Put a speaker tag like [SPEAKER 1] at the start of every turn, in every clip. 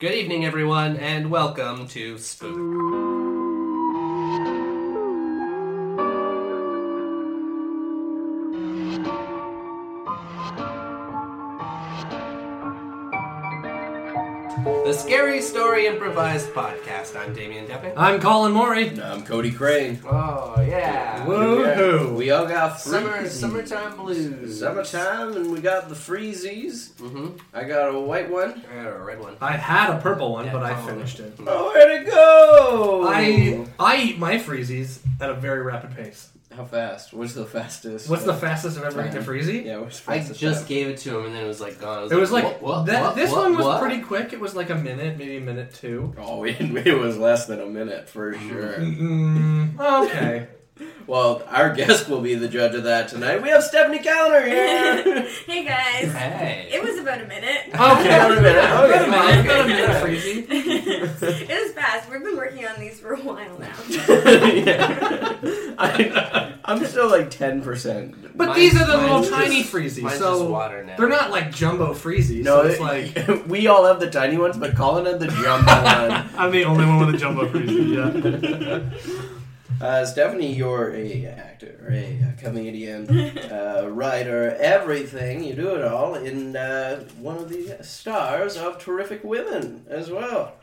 [SPEAKER 1] Good evening, everyone, and welcome to Spook. The Scary Story Improvised Podcast. I'm Damien Depping.
[SPEAKER 2] I'm Colin Morey.
[SPEAKER 3] I'm Cody Crane.
[SPEAKER 1] Oh, yeah.
[SPEAKER 2] Woohoo.
[SPEAKER 3] We all got
[SPEAKER 1] Summer,
[SPEAKER 3] freezies.
[SPEAKER 1] summertime blues.
[SPEAKER 3] Summertime, and we got the freezies.
[SPEAKER 1] Mm-hmm.
[SPEAKER 3] I got a white one.
[SPEAKER 1] I got a red one.
[SPEAKER 2] I had a purple one,
[SPEAKER 1] Yeah,
[SPEAKER 2] but I
[SPEAKER 1] Colin.
[SPEAKER 2] finished it.
[SPEAKER 3] Oh, where'd it go?
[SPEAKER 2] I I eat my freezies at a very rapid pace.
[SPEAKER 3] How fast? What's the fastest?
[SPEAKER 2] What's the fastest I've ever eaten a
[SPEAKER 3] Time.
[SPEAKER 2] freezie?
[SPEAKER 3] Yeah, what's the
[SPEAKER 1] I
[SPEAKER 3] fastest
[SPEAKER 1] just
[SPEAKER 3] time?
[SPEAKER 1] gave it to him, and then it was like gone. I
[SPEAKER 2] It was like
[SPEAKER 1] what, what,
[SPEAKER 2] that,
[SPEAKER 1] what,
[SPEAKER 2] this
[SPEAKER 1] what,
[SPEAKER 2] one was
[SPEAKER 1] what?
[SPEAKER 2] pretty quick. It was like a minute, maybe a minute two.
[SPEAKER 3] Oh, it, it was less than a minute for sure.
[SPEAKER 2] Mm, okay.
[SPEAKER 3] well, our guest will be the judge of that tonight. We have Stephanie Callender here.
[SPEAKER 4] hey guys,
[SPEAKER 1] Hey.
[SPEAKER 4] it was about a minute.
[SPEAKER 2] Okay.
[SPEAKER 3] About a minute.
[SPEAKER 2] About a
[SPEAKER 3] Okay.
[SPEAKER 2] minute.
[SPEAKER 3] Okay.
[SPEAKER 2] About a minute freezie.
[SPEAKER 4] it was fast. We've been working on these for a while now.
[SPEAKER 3] Yeah. I, I'm still like ten percent.
[SPEAKER 2] But
[SPEAKER 1] Mine's-
[SPEAKER 2] these are the little
[SPEAKER 1] mine's
[SPEAKER 2] tiny
[SPEAKER 1] just-
[SPEAKER 2] freezies,
[SPEAKER 1] Mine's just
[SPEAKER 2] so
[SPEAKER 1] water now.
[SPEAKER 2] they're not like jumbo freezies.
[SPEAKER 3] No,
[SPEAKER 2] so it's
[SPEAKER 3] it-
[SPEAKER 2] like
[SPEAKER 3] we all have the tiny ones, but Colin had the jumbo one.
[SPEAKER 2] I'm the only one with a jumbo freezie. Yeah.
[SPEAKER 3] Uh, Stephanie, you're a actor, a uh, comedian, uh, writer, everything. You do it all, and uh, one of the stars of Terrific Women as well.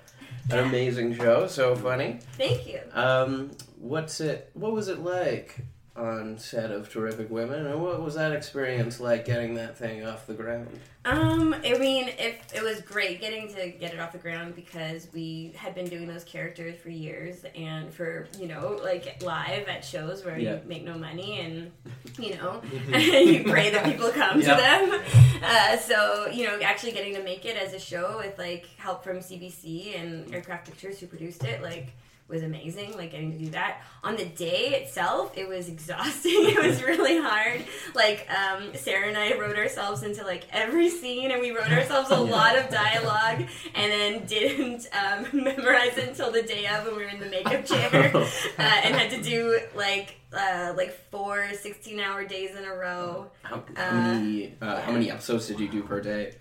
[SPEAKER 3] An amazing show, so funny.
[SPEAKER 4] Thank you.
[SPEAKER 3] Um, what's it? What was it like on set of Terrific Women, and what was that experience like getting that thing off the ground?
[SPEAKER 4] Um, I mean, if it was great getting to get it off the ground because we had been doing those characters for years and for you know like live at shows where
[SPEAKER 3] Yeah.
[SPEAKER 4] you make no money and you know you pray that people come
[SPEAKER 3] Yeah.
[SPEAKER 4] to them. Uh, so you know, actually getting to make it as a show with like help from CBC and Aircraft Pictures who produced it, like was amazing. Like getting to do that on the day itself, it was exhausting. it was really hard. Like um, Sarah and I wrote ourselves into like every scene, and we wrote ourselves a lot of dialogue, and then didn't um, memorize it until the day of when we were in the makeup chair uh, and had to do like uh, like four 16 hour days in a row.
[SPEAKER 3] How, how many uh, how many episodes did you do per day?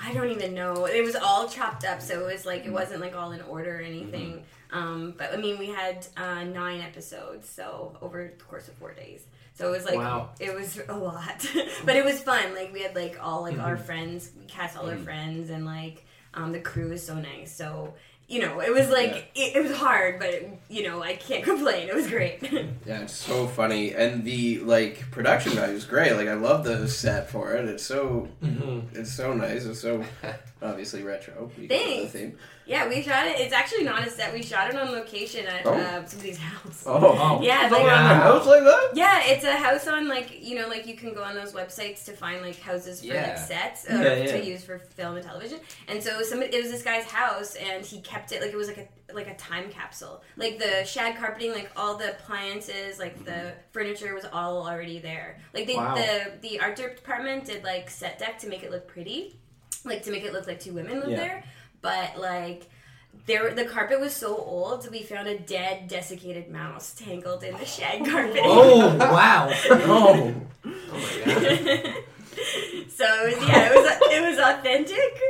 [SPEAKER 4] I don't even know. It was all chopped up, so it was like it wasn't like all in order or anything. Um, but I mean, we had uh, nine episodes, so over the course of four days. So it was like
[SPEAKER 2] Wow.
[SPEAKER 4] it was a lot, but it was fun. Like we had like all like our friends, we cast all our friends, and like um, the crew is so nice. So you know, it was like it, it was hard, but you know, I can't complain. It was great.
[SPEAKER 3] Yeah, it's so funny, and the like production value is great. Like I love the set for it. It's so
[SPEAKER 4] Mm-hmm.
[SPEAKER 2] Mm-hmm.
[SPEAKER 3] it's so nice. It's so obviously retro. because of
[SPEAKER 4] Thanks.
[SPEAKER 3] The theme.
[SPEAKER 4] yeah, we shot it. It's actually not a set. We shot it on location at
[SPEAKER 3] Oh.
[SPEAKER 4] uh, somebody's house.
[SPEAKER 3] Oh,
[SPEAKER 4] Yeah,
[SPEAKER 3] Someone
[SPEAKER 4] like-
[SPEAKER 3] in the house like that?
[SPEAKER 4] Yeah, it's a house on like you know like you can go on those websites to find like houses for
[SPEAKER 1] Yeah.
[SPEAKER 4] like sets uh,
[SPEAKER 3] Yeah, yeah.
[SPEAKER 4] to use for film and television. And so somebody it was this guy's house and he kept it like it was like a like a time capsule. Like the shag carpeting, like all the appliances, like the furniture was all already there. Like they,
[SPEAKER 2] Wow.
[SPEAKER 4] the the art department did like set deck to make it look pretty, like to make it look like two women live
[SPEAKER 3] Yeah.
[SPEAKER 4] there, but like there, the carpet was so old, we found a dead, desiccated mouse tangled in the shag carpet.
[SPEAKER 2] Oh wow.
[SPEAKER 3] Oh,
[SPEAKER 1] Oh my god.
[SPEAKER 4] so it was, yeah, it was it was authentic.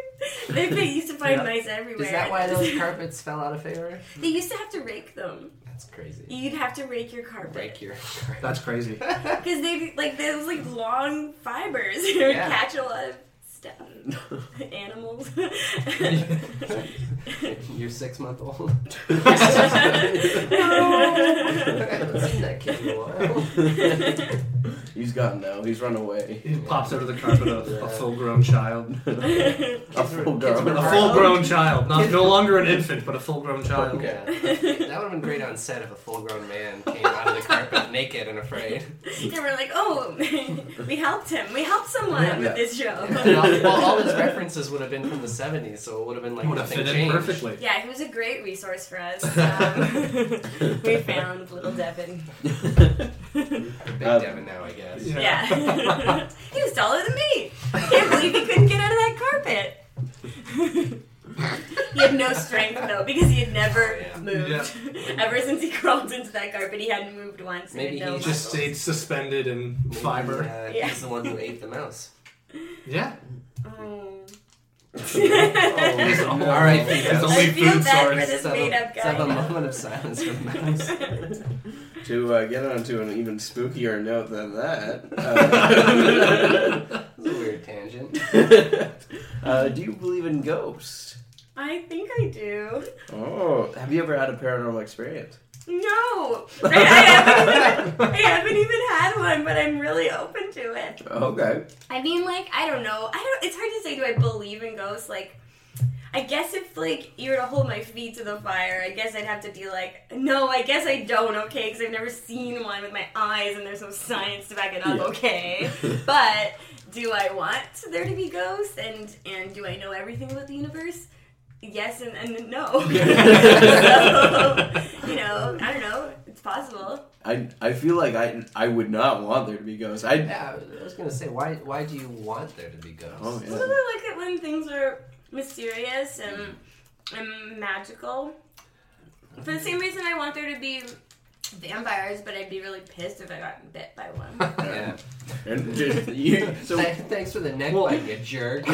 [SPEAKER 4] They, they used to find
[SPEAKER 2] Yeah.
[SPEAKER 4] mice everywhere.
[SPEAKER 1] Is that why those carpets fell out of favor?
[SPEAKER 4] they used to have to rake them.
[SPEAKER 1] That's crazy.
[SPEAKER 4] You'd have to rake your carpet
[SPEAKER 1] Break your.
[SPEAKER 2] That's crazy.
[SPEAKER 4] because they like those like long fibers. It would
[SPEAKER 1] Yeah.
[SPEAKER 4] catch a lot of stuff, animals.
[SPEAKER 1] You're six month old. I haven't seen that kid in a while.
[SPEAKER 3] he's gone now. He's run away.
[SPEAKER 2] He pops out of the carpet a, a full-grown child,
[SPEAKER 3] A full
[SPEAKER 1] Kids were-
[SPEAKER 3] girl.
[SPEAKER 2] a full-grown child, not no longer an infant, but a full-grown child.
[SPEAKER 1] Yeah, that would have been great on set if a full-grown man came out of the carpet naked and afraid.
[SPEAKER 4] they were like, oh, we helped him. We helped someone
[SPEAKER 3] Yeah.
[SPEAKER 4] with this show.
[SPEAKER 1] And all, well, all his references would have been from the '70s, so it would have been like
[SPEAKER 2] Would have
[SPEAKER 1] nothing
[SPEAKER 2] fit in
[SPEAKER 1] changed.
[SPEAKER 2] perfectly.
[SPEAKER 4] Yeah, he was a great resource for us. Um, we found little Devin.
[SPEAKER 1] Big
[SPEAKER 3] Um,
[SPEAKER 1] Devin now, I guess.
[SPEAKER 2] Uh, Yeah.
[SPEAKER 4] Yeah. he was taller than me. I can't believe he couldn't get out of that carpet. he had no strength though because he had never
[SPEAKER 1] Oh, yeah.
[SPEAKER 4] moved. Ever since he crawled into that carpet, he hadn't moved once. and
[SPEAKER 1] Maybe
[SPEAKER 4] had no
[SPEAKER 1] he
[SPEAKER 2] It just stayed suspended in
[SPEAKER 1] Maybe,
[SPEAKER 2] fiber.
[SPEAKER 1] Uh,
[SPEAKER 4] Yeah.
[SPEAKER 1] He's the one who ate the mouse.
[SPEAKER 2] Yeah.
[SPEAKER 4] muscles. Oh.
[SPEAKER 3] Oh,
[SPEAKER 2] His only-
[SPEAKER 1] R.I.P.
[SPEAKER 2] his
[SPEAKER 4] I
[SPEAKER 2] only
[SPEAKER 4] feel
[SPEAKER 2] food
[SPEAKER 4] bad for
[SPEAKER 2] source.
[SPEAKER 4] this
[SPEAKER 1] Let's have a-
[SPEAKER 4] made-up
[SPEAKER 1] let's have a
[SPEAKER 4] guy.
[SPEAKER 1] moment of silence for Mouse.
[SPEAKER 3] to uh, get onto an even spookier note than that. Uh,
[SPEAKER 1] That's a weird tangent.
[SPEAKER 3] uh, do you believe in ghosts?
[SPEAKER 4] I think I do.
[SPEAKER 3] Oh, have you ever had a paranormal experience?
[SPEAKER 4] No, I, I, haven't, even- I haven't even had one, but I'm really open to it.
[SPEAKER 3] Okay.
[SPEAKER 4] I mean, like, I don't know. I don't. It's hard to say. Do I believe in ghosts? Like, I guess if like you were to hold my feet to the fire, I guess I'd have to be like, no, I guess I don't. Okay, because I've never seen one with my eyes, and there's no science to back it up.
[SPEAKER 3] Yeah.
[SPEAKER 4] Okay, but do I want there to be ghosts? And and do I know everything about the universe? Yes and, and no. so, you know, I don't know. It's possible.
[SPEAKER 3] I, I feel like I I would not want there to be ghosts. I
[SPEAKER 1] Yeah, I was- I was gonna say, why why do you want there to be ghosts?
[SPEAKER 3] Oh, yeah.
[SPEAKER 4] Well, I like it when things are mysterious and, and magical. For the same reason, I want there to be vampires, but I'd be really pissed if I got bit by one.
[SPEAKER 1] Yeah.
[SPEAKER 3] and just- you, so
[SPEAKER 1] Th- thanks for the neck
[SPEAKER 2] Well-
[SPEAKER 1] bite, you jerk.
[SPEAKER 3] oh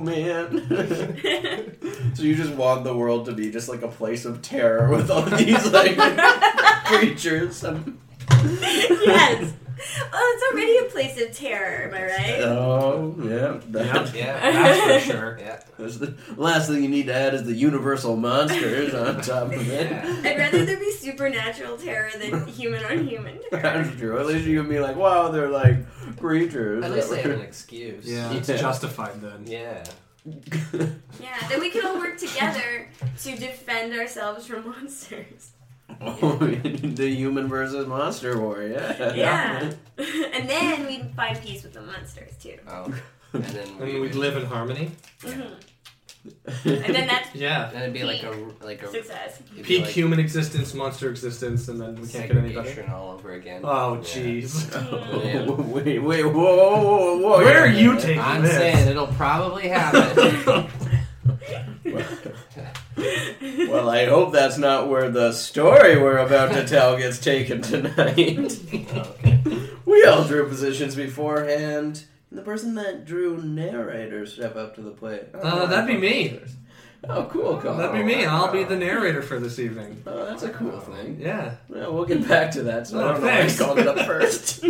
[SPEAKER 3] man. so you just want the world to be just like a place of terror with all these like creatures. and-
[SPEAKER 4] yes. Well, it's already a place of terror, am I right?
[SPEAKER 3] oh yeah. That,
[SPEAKER 1] Yeah,
[SPEAKER 2] That's for sure.
[SPEAKER 1] yeah.
[SPEAKER 3] That's the last thing you need to add is the universal monsters on top of it.
[SPEAKER 1] Yeah.
[SPEAKER 4] I'd rather there be supernatural terror than human on human terror.
[SPEAKER 3] That's true. At least you can be like, wow, they're like creatures.
[SPEAKER 1] At least they have an excuse.
[SPEAKER 2] Yeah, it's
[SPEAKER 3] Yeah.
[SPEAKER 2] justified then.
[SPEAKER 1] Yeah.
[SPEAKER 4] Yeah, then we can all work together to defend ourselves from monsters.
[SPEAKER 3] Oh, the human versus monster war, yeah.
[SPEAKER 4] Yeah. and then we'd find peace with the monsters, too.
[SPEAKER 1] Oh. And then
[SPEAKER 2] I mean, we'd live in harmony.
[SPEAKER 4] Mhm. And then that's
[SPEAKER 2] Yeah.
[SPEAKER 1] And it'd be like a like a
[SPEAKER 4] success.
[SPEAKER 1] it'd be
[SPEAKER 2] Peak
[SPEAKER 1] like
[SPEAKER 2] human existence, monster existence, and then we can't get any better.
[SPEAKER 1] segregation all over again.
[SPEAKER 2] Oh,
[SPEAKER 1] Yeah.
[SPEAKER 2] jeez.
[SPEAKER 1] Yeah.
[SPEAKER 3] Oh, wait, wait, whoa, whoa, whoa, whoa.
[SPEAKER 2] Where are
[SPEAKER 3] yeah,
[SPEAKER 2] you
[SPEAKER 3] yeah.
[SPEAKER 2] taking
[SPEAKER 1] I'm
[SPEAKER 2] this?
[SPEAKER 1] saying it'll probably happen. Oh,
[SPEAKER 3] Well, I hope that's not where the story we're about to tell gets taken tonight.
[SPEAKER 1] okay.
[SPEAKER 3] We all drew positions beforehand. And the person that drew narrator step up to the plate.
[SPEAKER 2] Uh, that'd be me.
[SPEAKER 3] Oh, cool, Colin.
[SPEAKER 2] That'd be me. I'll be the narrator for this evening.
[SPEAKER 3] Oh, that's a cool thing.
[SPEAKER 2] Oh. Yeah.
[SPEAKER 3] Yeah, we'll get back to that. So I
[SPEAKER 2] Oh,
[SPEAKER 3] don't know why I
[SPEAKER 2] thanks.
[SPEAKER 3] called it up first. uh,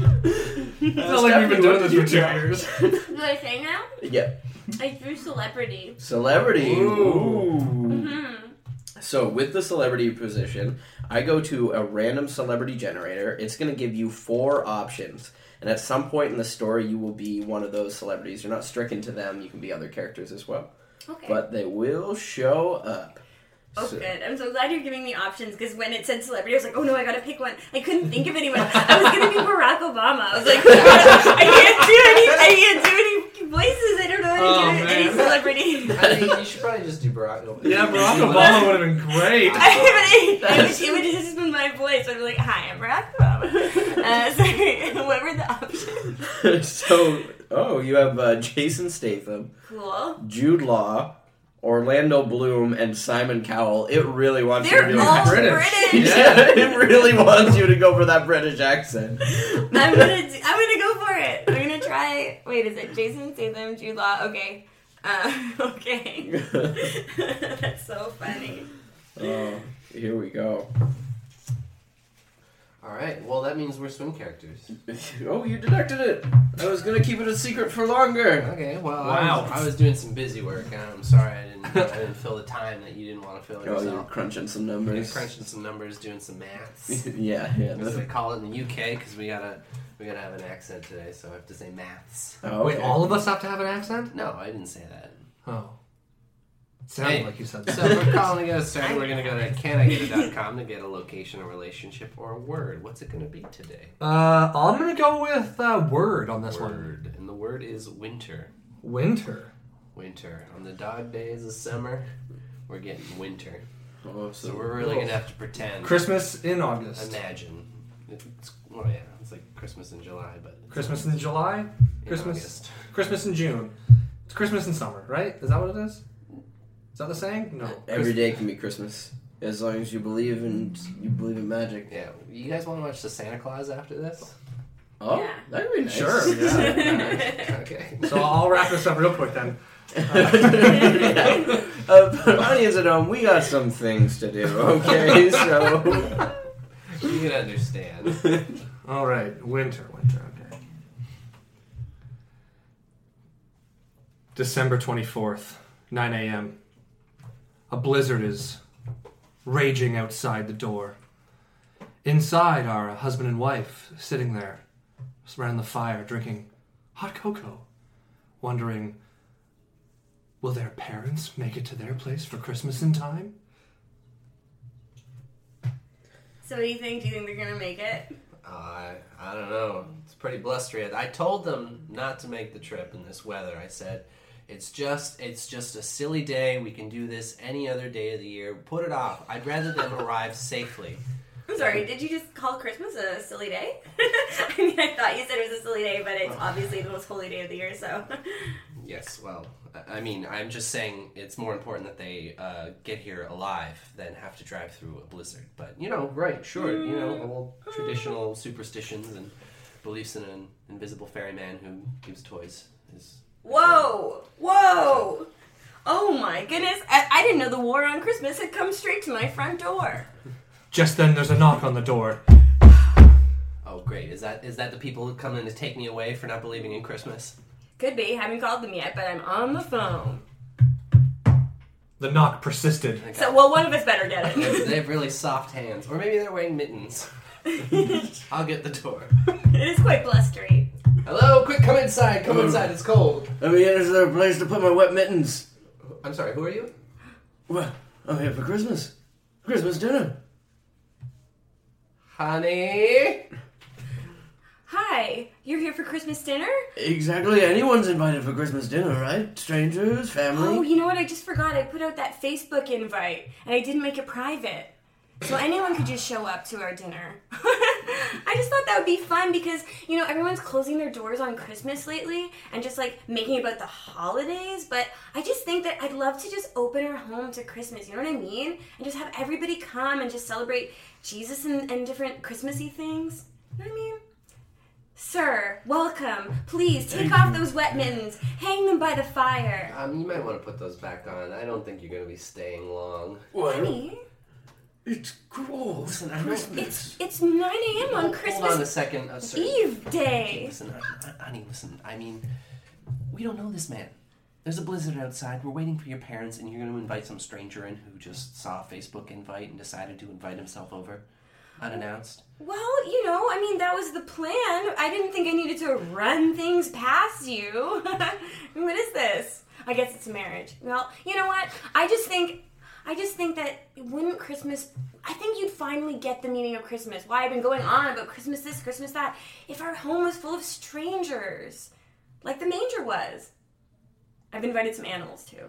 [SPEAKER 2] not like we've been
[SPEAKER 3] Stephanie,
[SPEAKER 2] doing
[SPEAKER 3] what
[SPEAKER 2] this
[SPEAKER 3] did
[SPEAKER 2] for two
[SPEAKER 3] you draw?
[SPEAKER 2] years.
[SPEAKER 4] Do I say now?
[SPEAKER 3] Yeah,
[SPEAKER 4] I drew celebrity.
[SPEAKER 3] celebrity.
[SPEAKER 2] Ooh.
[SPEAKER 3] Ooh.
[SPEAKER 4] Hmm.
[SPEAKER 3] So with the celebrity position, I go to a random celebrity generator. It's going to give you four options. And at some point in the story, you will be one of those celebrities. You're not stricken to them. You can be other characters as well.
[SPEAKER 4] Okay.
[SPEAKER 3] But they will show up.
[SPEAKER 4] oh,
[SPEAKER 3] So-
[SPEAKER 4] good. I'm so glad you're giving me options because when it said celebrity, I was like, oh no, I gotta pick one. I couldn't think of anyone. I was gonna be Barack Obama. I was like, I can't do any. I can't do any voices. I don't know how to
[SPEAKER 2] Oh,
[SPEAKER 4] do any
[SPEAKER 2] man.
[SPEAKER 4] celebrity.
[SPEAKER 1] I think you should probably just do Barack.
[SPEAKER 2] Yeah, Barack Obama would have been great.
[SPEAKER 4] I, but I, it, would, it would just be my voice. I'd be like, hi, I'm Barack Obama. Uh, sorry. what were the options?
[SPEAKER 3] so, oh, you have uh, Jason Statham,
[SPEAKER 4] Cool.
[SPEAKER 3] Jude Law, Orlando Bloom, and Simon Cowell. It really wants you to
[SPEAKER 4] They're
[SPEAKER 3] do
[SPEAKER 4] all
[SPEAKER 2] British.
[SPEAKER 4] British.
[SPEAKER 3] Yeah, it really wants you to go for that British accent.
[SPEAKER 4] I'm gonna do, I'm gonna go for it. I'm gonna try. Wait, is it Jason Statham, Jude Law? Okay, uh, okay. That's so funny.
[SPEAKER 3] Oh, here we go.
[SPEAKER 1] All right. Well, that means we're swim characters.
[SPEAKER 3] Oh, you deducted it. I was gonna keep it a secret for longer.
[SPEAKER 1] Okay. Well, I,
[SPEAKER 2] Wow.
[SPEAKER 1] was, I was doing some busy work. and I'm sorry I didn't I didn't fill the time that you didn't want to fill
[SPEAKER 3] Oh, you're
[SPEAKER 1] yourself.
[SPEAKER 3] crunching some
[SPEAKER 1] I've been
[SPEAKER 3] numbers.
[SPEAKER 1] crunching some numbers, doing some maths.
[SPEAKER 3] yeah, yeah.
[SPEAKER 1] As
[SPEAKER 3] that's-
[SPEAKER 1] they call it in the UK, because we gotta we gotta have an accent today, so I have to say maths.
[SPEAKER 3] Oh,
[SPEAKER 2] Wait,
[SPEAKER 3] okay.
[SPEAKER 2] all of us have to have an accent?
[SPEAKER 1] No, I didn't say that.
[SPEAKER 2] Oh. Sounded
[SPEAKER 1] Hey.
[SPEAKER 2] like you said
[SPEAKER 1] So
[SPEAKER 2] that.
[SPEAKER 1] we're calling it a second. We're gonna go to caniget.com to get a location, a relationship, or a word. What's it gonna be today?
[SPEAKER 2] Uh, I'm gonna go with uh, word on this one.
[SPEAKER 1] Word, and the word is winter.
[SPEAKER 2] Winter.
[SPEAKER 1] Winter on the dog days of summer. We're getting winter,
[SPEAKER 3] Oh,
[SPEAKER 1] so
[SPEAKER 3] so
[SPEAKER 1] we're really gonna have to pretend.
[SPEAKER 2] Christmas in August.
[SPEAKER 1] Imagine. It's, well, yeah, it's like Christmas in July, but it's
[SPEAKER 2] Christmas in July.
[SPEAKER 1] in
[SPEAKER 2] Christmas.
[SPEAKER 1] August.
[SPEAKER 2] Christmas in June. It's Christmas in summer, right? Is that what it is? Is that the saying? No.
[SPEAKER 3] every day can be Christmas as long as you believe in you believe in magic.
[SPEAKER 1] Yeah, you guys want to watch the Santa Claus after this?
[SPEAKER 3] Oh,
[SPEAKER 4] Yeah.
[SPEAKER 3] that would be nice.
[SPEAKER 2] Sure,
[SPEAKER 4] yeah.
[SPEAKER 1] Okay.
[SPEAKER 2] So I'll wrap this up real quick then.
[SPEAKER 3] Yeah. uh, for audience at home, we got some things to do. Okay, so
[SPEAKER 1] You can understand.
[SPEAKER 2] All right, winter, winter, okay. December 24th, 9 a.m. A blizzard is raging outside the door. Inside are a husband and wife sitting there around the fire drinking hot cocoa, wondering will their parents make it to their place for Christmas in time?
[SPEAKER 4] So what do you think? Do you think they're gonna make it?
[SPEAKER 1] Uh, I don't know. It's pretty blustery. I told them not to make the trip in this weather. I said, "It's just, it's just a silly day. We can do this any other day of the year. Put it off. I'd rather them arrive safely."
[SPEAKER 4] I'm sorry. Did you just call Christmas a silly day? I mean, I thought you said it was a silly day, but it's obviously the most holy day of the year. So
[SPEAKER 1] Yes. Well, I- I mean, I'm just saying it's more important that they uh, get here alive than have to drive through a blizzard. But you know, right? Sure. You know, old traditional superstitions and beliefs in an invisible ferryman who gives toys is
[SPEAKER 4] whoa, whoa. Oh my goodness! I, I didn't know the war on Christmas had come straight to my front door.
[SPEAKER 2] Just then, there's a knock on the door.
[SPEAKER 1] Oh great! Is that is that the people who come in to take me away for not believing in Christmas?
[SPEAKER 4] Could be. Haven't called them yet, but I'm on the phone.
[SPEAKER 2] The knock persisted.
[SPEAKER 1] Like,
[SPEAKER 4] So, well, one of us better get
[SPEAKER 1] they have-
[SPEAKER 4] it.
[SPEAKER 1] they have really soft hands, or maybe they're wearing mittens. I'll get the door.
[SPEAKER 4] it is quite blustery.
[SPEAKER 1] Hello, quick, come inside. Come inside. It's cold.
[SPEAKER 3] let me enter their place to put my wet mittens.
[SPEAKER 1] I'm sorry. Who are you?
[SPEAKER 3] Well, I'm here for Christmas. Christmas dinner.
[SPEAKER 1] Honey.
[SPEAKER 4] Hi, you're here for Christmas dinner?
[SPEAKER 3] Exactly. Anyone's invited for Christmas dinner, right? Strangers,
[SPEAKER 4] Oh,
[SPEAKER 3] family.
[SPEAKER 4] you know what? I just forgot. I put out that Facebook invite and I didn't make it private. So anyone could just show up to our dinner. I just thought that would be fun because, you know, everyone's closing their doors on Christmas lately and just like making it about the holidays. But I just think that I'd love to just open our home to Christmas, you know what I mean? And just have everybody come and just celebrate Jesus and, and different Christmassy things. You know what I mean? Sir, welcome. Please take off those wet mittens, hang them by the fire.
[SPEAKER 1] Um, you might want to put those back on. I don't think you're going to be staying long.
[SPEAKER 3] Well,
[SPEAKER 4] Honey,
[SPEAKER 3] it's cold.
[SPEAKER 1] Listen, I know-
[SPEAKER 4] it's
[SPEAKER 3] Christmas.
[SPEAKER 4] it's 9 a.m. on
[SPEAKER 1] Hold on a
[SPEAKER 4] Christmas
[SPEAKER 1] second, uh, sir.
[SPEAKER 4] Eve day.
[SPEAKER 1] Listen, hon- honey, listen. I mean, we don't know this man. There's a blizzard outside. We're waiting for your parents, and you're going to invite some stranger in who just saw a Facebook invite and decided to invite himself over unannounced.
[SPEAKER 4] Well, you know, I mean that was the plan. I didn't think I needed to run things past you. what is this? I guess it's marriage. Well, you know what? I just think I just think that wouldn't Christmas I think you'd finally get the meaning of Christmas. Why I've been going on about Christmas this, Christmas that. If our home was full of strangers, like the manger was. I've invited some animals too.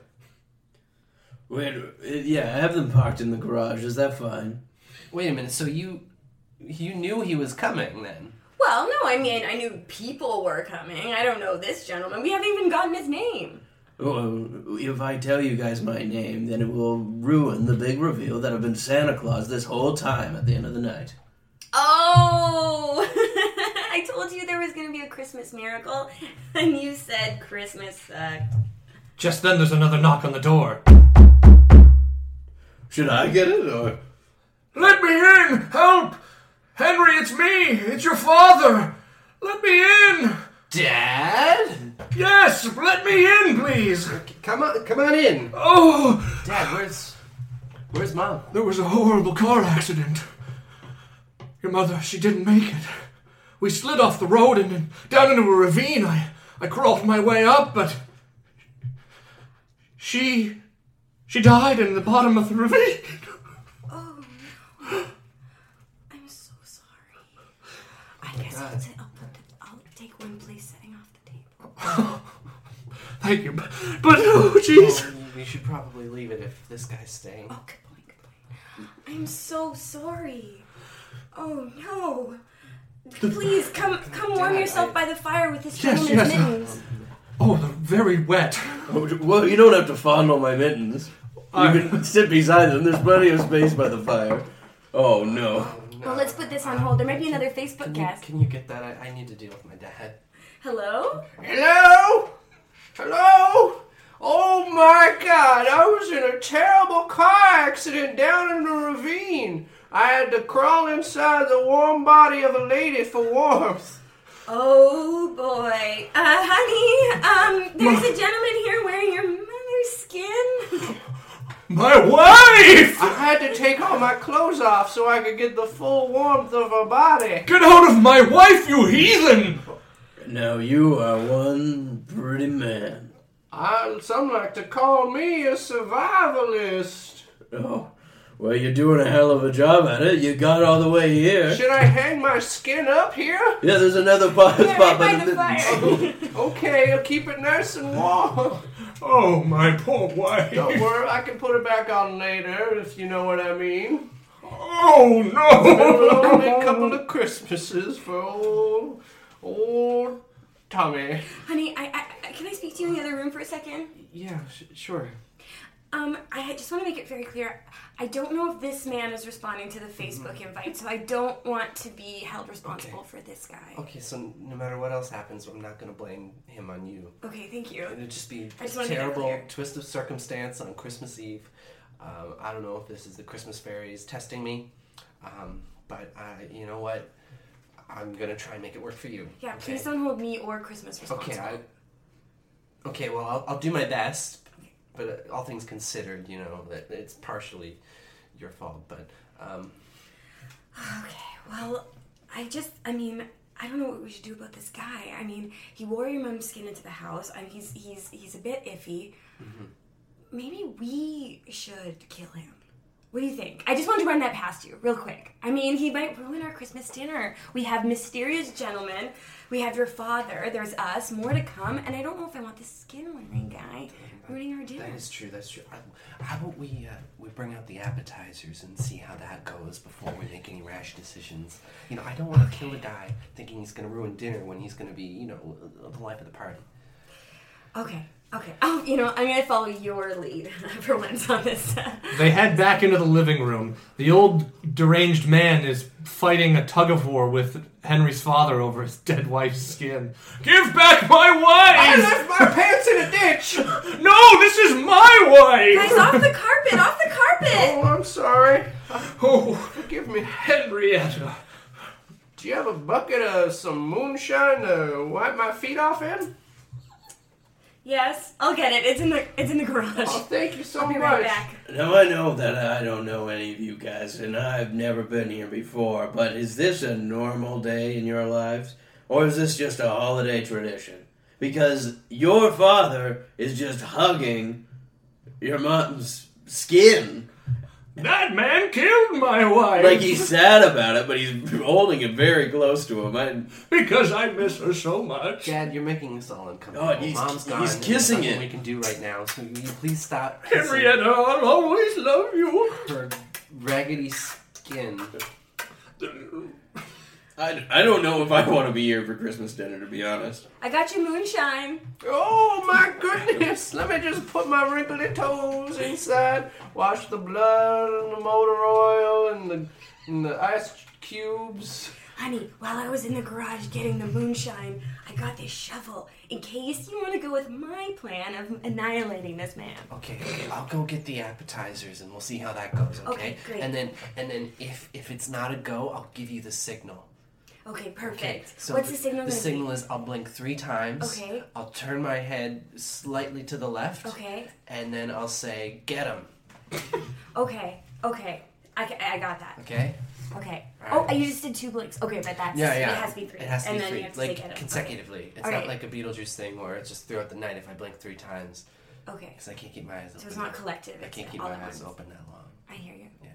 [SPEAKER 3] Wait, uh, yeah, have them parked in the garage. Is that fine?
[SPEAKER 1] Wait a minute. So you you knew he was coming then?
[SPEAKER 4] Well, no, I mean, I knew people were coming. I don't know this gentleman. We haven't even gotten his name.
[SPEAKER 3] Well, if I tell you guys my name, then it will ruin the big reveal that I've been Santa Claus this whole time at the end of the night.
[SPEAKER 4] Oh! I told you there was going to be a Christmas miracle, and you said Christmas sucked.
[SPEAKER 2] Just then, there's another knock on the door.
[SPEAKER 3] Should I get it, or.
[SPEAKER 2] Let me in! Help! Henry, it's me! It's your father! Let me in!
[SPEAKER 1] Dad?
[SPEAKER 2] Yes, let me in, please!
[SPEAKER 1] Come on, come on in.
[SPEAKER 2] Oh,
[SPEAKER 1] Dad, where's where's mom?
[SPEAKER 2] there was a horrible car accident. Your mother, she didn't make it. We slid off the road and, and down into a ravine. I, I crawled my way up, but she, she died in the bottom of the ravine.
[SPEAKER 4] I'm so sorry. I guess I'll, ta- I'll, put the, I'll take one place setting off the table.
[SPEAKER 2] Thank you, but, but oh, jeez.
[SPEAKER 1] We should probably leave it if this guy's staying.
[SPEAKER 4] Oh, good point, good point. I'm so sorry. Oh, no. Please come come warm
[SPEAKER 1] Dad,
[SPEAKER 4] yourself
[SPEAKER 1] I-
[SPEAKER 4] by the fire with this
[SPEAKER 2] Yes,
[SPEAKER 4] gentleman's
[SPEAKER 2] yes, uh,
[SPEAKER 4] mittens.
[SPEAKER 2] Oh, they're very wet.
[SPEAKER 3] Oh, Well, you don't have to fondle my mittens. You
[SPEAKER 2] I-
[SPEAKER 3] can sit beside them. There's plenty of space by the fire. Oh, no.
[SPEAKER 4] Well, let's put this on hold. There might be another Facebook
[SPEAKER 1] Can you,
[SPEAKER 4] cast.
[SPEAKER 1] can you get that? I, I need to deal with my dad.
[SPEAKER 4] Hello?
[SPEAKER 1] Hello? Hello? Oh my god, I was in a terrible car accident down in the ravine. I had to crawl inside the warm body of a lady for warmth.
[SPEAKER 4] Oh boy. Uh, honey, um, there's a gentleman here wearing your mother's skin.
[SPEAKER 2] My wife!
[SPEAKER 1] I had to take all my clothes off so I could get the full warmth of her body.
[SPEAKER 2] Get out of my wife, you heathen!
[SPEAKER 3] Now you are one pretty man.
[SPEAKER 1] I, some like to call me a survivalist.
[SPEAKER 3] Oh, well, you're doing a hell of a job at it. You got all the way here.
[SPEAKER 1] Should I hang my skin up here?
[SPEAKER 3] Yeah, there's another po-
[SPEAKER 4] Yeah,
[SPEAKER 3] spot,
[SPEAKER 4] right by
[SPEAKER 3] but
[SPEAKER 4] the fire.
[SPEAKER 1] Okay, I'll keep it nice and warm.
[SPEAKER 2] Oh, my poor wife.
[SPEAKER 1] Don't worry, I can put it back on later if you know what I mean.
[SPEAKER 2] Oh, no!
[SPEAKER 1] It'll only a couple of Christmases for old, old Tommy.
[SPEAKER 4] honey, I, I, I- can I speak to you in the other room for a second?
[SPEAKER 1] Yeah, sh- sure.
[SPEAKER 4] Um, I had- just want to make it very clear. I don't know if this man is responding to the
[SPEAKER 1] Mm-hmm.
[SPEAKER 4] Facebook invite, so I don't want to be held responsible for this guy. Okay,
[SPEAKER 1] Okay, so no matter what else happens, I'm not gonna blame him on you.
[SPEAKER 4] thank you.
[SPEAKER 1] It'd just be
[SPEAKER 4] I just
[SPEAKER 1] a
[SPEAKER 4] wanted to make that
[SPEAKER 1] terrible
[SPEAKER 4] clear.
[SPEAKER 1] twist of circumstance on Christmas Eve. Um, I don't know if this is the Christmas fairies testing me, um, but I, you know what? I'm gonna try and make it work for you.
[SPEAKER 4] Yeah,
[SPEAKER 1] okay?
[SPEAKER 4] please don't hold me or Christmas responsible.
[SPEAKER 1] Okay, I. Okay, well, I'll, I'll do my best, but uh, all things considered, you know, that it's partially your fault, but. Um,
[SPEAKER 4] Okay, well, I just, I mean, I don't know what we should do about this guy. I mean, he wore your mom's skin into the house. I mean, he's he's he's a bit iffy. Maybe we should kill him. What do you think? I just wanted to run that past you, real quick. I mean, he might ruin our Christmas dinner. We have mysterious gentlemen. We have your father. There's us. More to come. And I don't know if I want this skin wearing guy ruining our dinner.
[SPEAKER 1] that is true. That's true. I, how about we uh, we bring out the appetizers and see how that goes before we make any rash decisions? You know, I don't want to kill a guy thinking he's going to ruin dinner when he's going to be, you know, uh, the life of the party.
[SPEAKER 4] Okay. Okay. Oh, you know, I'm gonna follow your lead for once on this.
[SPEAKER 2] They head back into the living room. The old deranged man is fighting a tug of war with Henry's father over his dead wife's skin. Give back my wife!
[SPEAKER 1] my pants in a ditch.
[SPEAKER 2] No, this is my
[SPEAKER 4] Guys,
[SPEAKER 2] wife!
[SPEAKER 4] off the carpet! Off the carpet!
[SPEAKER 1] Oh, I'm sorry.
[SPEAKER 2] Oh,
[SPEAKER 1] Forgive me.
[SPEAKER 2] Henrietta.
[SPEAKER 1] Do you have a bucket of some moonshine to wipe my feet off in?
[SPEAKER 4] Yes, I'll get it. It's in the it's in the
[SPEAKER 1] Oh,
[SPEAKER 4] garage.
[SPEAKER 1] thank you so
[SPEAKER 4] I'll be
[SPEAKER 1] much.
[SPEAKER 4] right back.
[SPEAKER 3] Now I know that I don't know any of you guys, and I've never been here before. But is this a normal day in your lives, or is this just a holiday tradition? Because your father is just hugging your mom's skin,
[SPEAKER 2] That man killed my wife
[SPEAKER 3] like he's sad about it, but he's holding it very close to him. I,
[SPEAKER 2] because I miss her so much.
[SPEAKER 1] Dad, you're making this all uncomfortable.
[SPEAKER 3] Oh, he's-
[SPEAKER 1] Mom's gone.
[SPEAKER 3] he's
[SPEAKER 1] and
[SPEAKER 3] kissing
[SPEAKER 1] there's nothing We
[SPEAKER 3] it.
[SPEAKER 1] can do right now. So will you please stop kissing
[SPEAKER 2] Henrietta, I'll always love you.
[SPEAKER 1] her raggedy skin.
[SPEAKER 3] I, I don't know if I want to be here for Christmas dinner, to be honest.
[SPEAKER 4] I got you moonshine.
[SPEAKER 1] Oh my goodness! Let me just put my wrinkly toes inside, wash the blood and the motor oil and the and the ice cubes.
[SPEAKER 4] Honey, while I was in the garage getting the moonshine, I got this shovel in case you want to go with my plan of annihilating this man.
[SPEAKER 1] Okay, okay, I'll go get the appetizers and we'll see how that goes. Okay,
[SPEAKER 4] Okay, great.
[SPEAKER 1] and then and then if if it's not a go, I'll give you the signal.
[SPEAKER 4] Okay,
[SPEAKER 1] Okay,
[SPEAKER 4] perfect.
[SPEAKER 1] so
[SPEAKER 4] What's the, signal
[SPEAKER 1] The
[SPEAKER 4] gonna
[SPEAKER 1] signal is I'll blink three times.
[SPEAKER 4] Okay.
[SPEAKER 1] I'll turn my head slightly to the left.
[SPEAKER 4] be? Okay,
[SPEAKER 1] And then I'll say, "Get him."
[SPEAKER 4] okay, okay. I, ca- I got that.
[SPEAKER 1] Okay.
[SPEAKER 4] Okay.
[SPEAKER 1] All right.
[SPEAKER 4] Oh, you just did two blinks. Okay, but that's
[SPEAKER 1] Yeah, yeah.
[SPEAKER 4] it has to be three.
[SPEAKER 1] It has to
[SPEAKER 4] and
[SPEAKER 1] be
[SPEAKER 4] then
[SPEAKER 1] three,
[SPEAKER 4] you have to
[SPEAKER 1] like
[SPEAKER 4] say get 'em.
[SPEAKER 1] consecutively. It's
[SPEAKER 4] All
[SPEAKER 1] not
[SPEAKER 4] right.
[SPEAKER 1] like a Beetlejuice thing where it's just throughout the night if I blink three times
[SPEAKER 4] Okay.
[SPEAKER 1] because I can't keep my eyes open.
[SPEAKER 4] So it's not collective.
[SPEAKER 1] I
[SPEAKER 4] it's
[SPEAKER 1] can't keep
[SPEAKER 4] all
[SPEAKER 1] my
[SPEAKER 4] at
[SPEAKER 1] eyes
[SPEAKER 4] once.
[SPEAKER 1] open that long.
[SPEAKER 4] I hear you.
[SPEAKER 1] Yeah.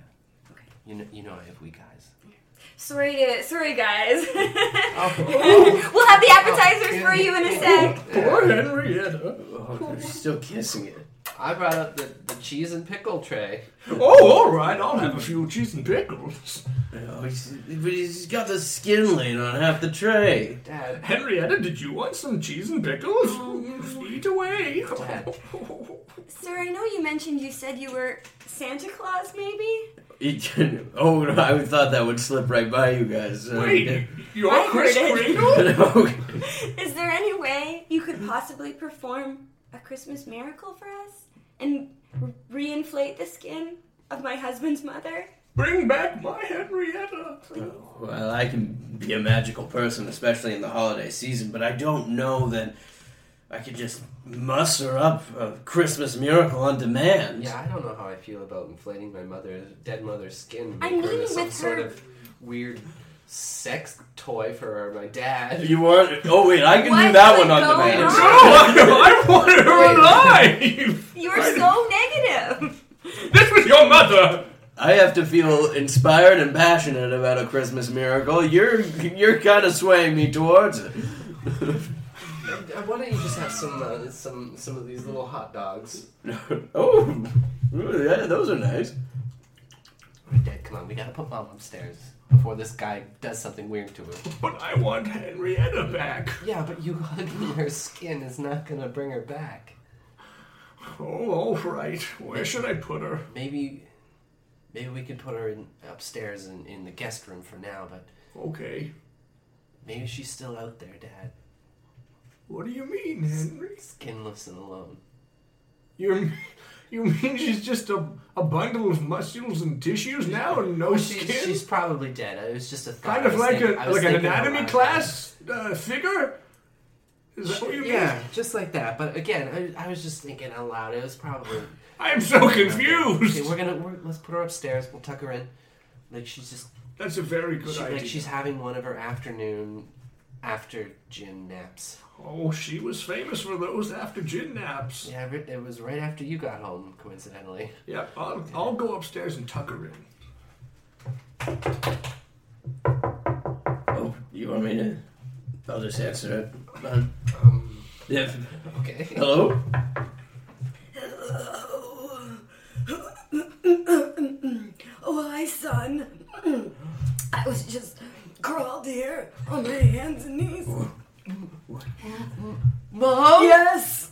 [SPEAKER 4] Okay.
[SPEAKER 1] You know, you know, if we guys.
[SPEAKER 4] Sorry, to, sorry, guys.
[SPEAKER 1] Oh.
[SPEAKER 4] we'll have the appetizers for you in a sec.
[SPEAKER 2] Poor Henrietta.
[SPEAKER 3] Oh, he's still kissing it.
[SPEAKER 1] I brought up the, the cheese and pickle tray.
[SPEAKER 2] Oh, all right, I'll have a few cheese and pickles.
[SPEAKER 3] Oh, he's, but he's got the skin laying on half the tray.
[SPEAKER 1] Dad,
[SPEAKER 2] Henrietta, did you want some cheese and pickles? Eat away.
[SPEAKER 1] Dad.
[SPEAKER 4] Sir, I know you mentioned you said you were Santa Claus, maybe.
[SPEAKER 3] It- oh, no, I thought that would slip right by you guys. Uh,
[SPEAKER 2] Wait,
[SPEAKER 4] I
[SPEAKER 2] you're
[SPEAKER 4] heard
[SPEAKER 2] Chris
[SPEAKER 4] it.
[SPEAKER 2] Kringle?
[SPEAKER 3] okay.
[SPEAKER 4] Is there any way you could possibly perform a Christmas miracle for us and reinflate the skin of my husband's mother?
[SPEAKER 2] Bring back my Henrietta.
[SPEAKER 3] Well, I can be a magical person, especially in the holiday season, but I don't know that I could just muster up a Christmas miracle on demand.
[SPEAKER 1] Yeah, I don't know how I feel about inflating my mother's dead mother's skin.
[SPEAKER 4] I'm
[SPEAKER 1] Make her
[SPEAKER 4] meeting
[SPEAKER 1] into some
[SPEAKER 4] with
[SPEAKER 1] sort
[SPEAKER 4] her.
[SPEAKER 1] of weird sex toy for my dad.
[SPEAKER 3] You weren't. Oh wait, I can do
[SPEAKER 4] What
[SPEAKER 3] that
[SPEAKER 4] is
[SPEAKER 3] one on
[SPEAKER 4] going
[SPEAKER 3] demand.
[SPEAKER 1] on?
[SPEAKER 2] No, I wanted her alive.
[SPEAKER 4] You are so negative.
[SPEAKER 2] This was your mother.
[SPEAKER 3] I have to feel inspired and passionate about a Christmas miracle. You're you're kind of swaying me towards it.
[SPEAKER 1] Uh, Why don't you just have some uh, some some of these little hot dogs?
[SPEAKER 3] oh, Ooh, yeah, those are nice.
[SPEAKER 1] My dad, come on, we gotta put mom upstairs before this guy does something weird to her.
[SPEAKER 2] But I want Henrietta back.
[SPEAKER 1] Yeah, but you hugging her skin is not gonna bring her back.
[SPEAKER 2] Oh, all right. Where should I put her?
[SPEAKER 1] Maybe, maybe we could put her in upstairs in, in the guest room for now. But
[SPEAKER 2] Okay.
[SPEAKER 1] maybe she's still out there, Dad,
[SPEAKER 2] What do you mean, Henry?
[SPEAKER 1] skinless and alone.
[SPEAKER 2] You you mean she's just a, a bundle of muscles and tissues now and no
[SPEAKER 1] Well,
[SPEAKER 2] skin?
[SPEAKER 1] she's, she's probably dead. It was just a thought.
[SPEAKER 2] kind
[SPEAKER 1] I
[SPEAKER 2] of
[SPEAKER 1] was
[SPEAKER 2] like
[SPEAKER 1] thinking- I
[SPEAKER 2] a
[SPEAKER 1] was
[SPEAKER 2] like an
[SPEAKER 1] thinking
[SPEAKER 2] anatomy
[SPEAKER 1] about it.
[SPEAKER 2] class uh, figure. Is that what you mean?
[SPEAKER 1] Yeah, just like that. But again, I, I was just thinking out loud. It was probably
[SPEAKER 2] I am so
[SPEAKER 1] Okay,
[SPEAKER 2] confused.
[SPEAKER 1] we're gonna we're, let's put her upstairs. We'll tuck her in. Like she's just
[SPEAKER 2] That's a very good
[SPEAKER 1] she,
[SPEAKER 2] idea.
[SPEAKER 1] like she's having one of her afternoon after gym naps.
[SPEAKER 2] Oh, she was famous for those after gin naps.
[SPEAKER 1] Yeah, but it was right after you got home, coincidentally.
[SPEAKER 2] Yeah, I'll, I'll go upstairs and tuck her in.
[SPEAKER 3] Oh, you want me to? I'll just answer it. Uh, yeah.
[SPEAKER 1] Okay.
[SPEAKER 3] Hello.
[SPEAKER 4] Oh, hi, son. I was just crawled here on my hands and knees.
[SPEAKER 1] Mom.
[SPEAKER 4] Yes!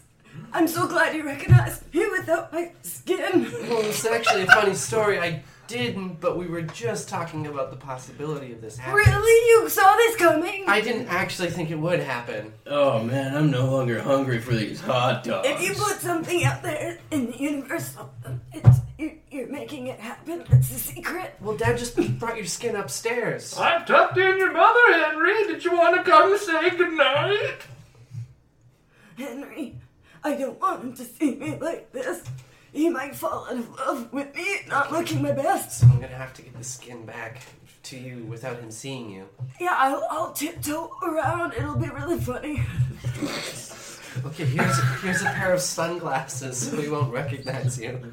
[SPEAKER 4] I'm so glad you recognized me without my skin.
[SPEAKER 1] Well, it's actually a funny story. I didn't, but we were just talking about the possibility of this happening.
[SPEAKER 4] Really? You saw this coming?
[SPEAKER 1] I didn't actually think it would happen.
[SPEAKER 3] Oh man, I'm no longer hungry for these hot dogs.
[SPEAKER 4] If you put something out there in the universe, it's, you- you're making it happen. It's a secret.
[SPEAKER 1] Well, Dad just brought your skin upstairs.
[SPEAKER 2] I tucked in your mother, Henry. Did you want to come say goodnight?
[SPEAKER 4] Henry, I don't want him to see me like this. He might fall out of love with me not looking my best.
[SPEAKER 1] So I'm gonna have to get the skin back to you without him seeing you.
[SPEAKER 4] Yeah, I'll, I'll tiptoe around. It'll be really funny.
[SPEAKER 1] Okay, here's here's a pair of sunglasses so we won't recognize you.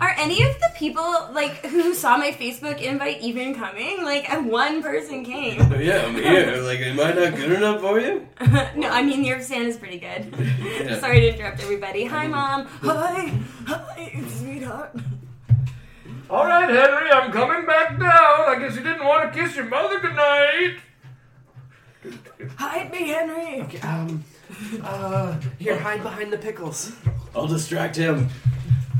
[SPEAKER 4] Are any of the people like who saw my Facebook invite even coming? Like, uh, one person came.
[SPEAKER 3] yeah, I'm here. Like, am I not good enough for you?
[SPEAKER 4] no, I mean the Earth Sand is pretty good.
[SPEAKER 3] Yeah.
[SPEAKER 4] Sorry to interrupt everybody. Hi, mom. Hi, hi, sweetheart.
[SPEAKER 2] All right, Henry, I'm coming back down. I guess you didn't want to kiss your mother goodnight.
[SPEAKER 4] Hide me, Henry.
[SPEAKER 1] Okay, um, uh, here, hide behind the pickles.
[SPEAKER 3] I'll distract him.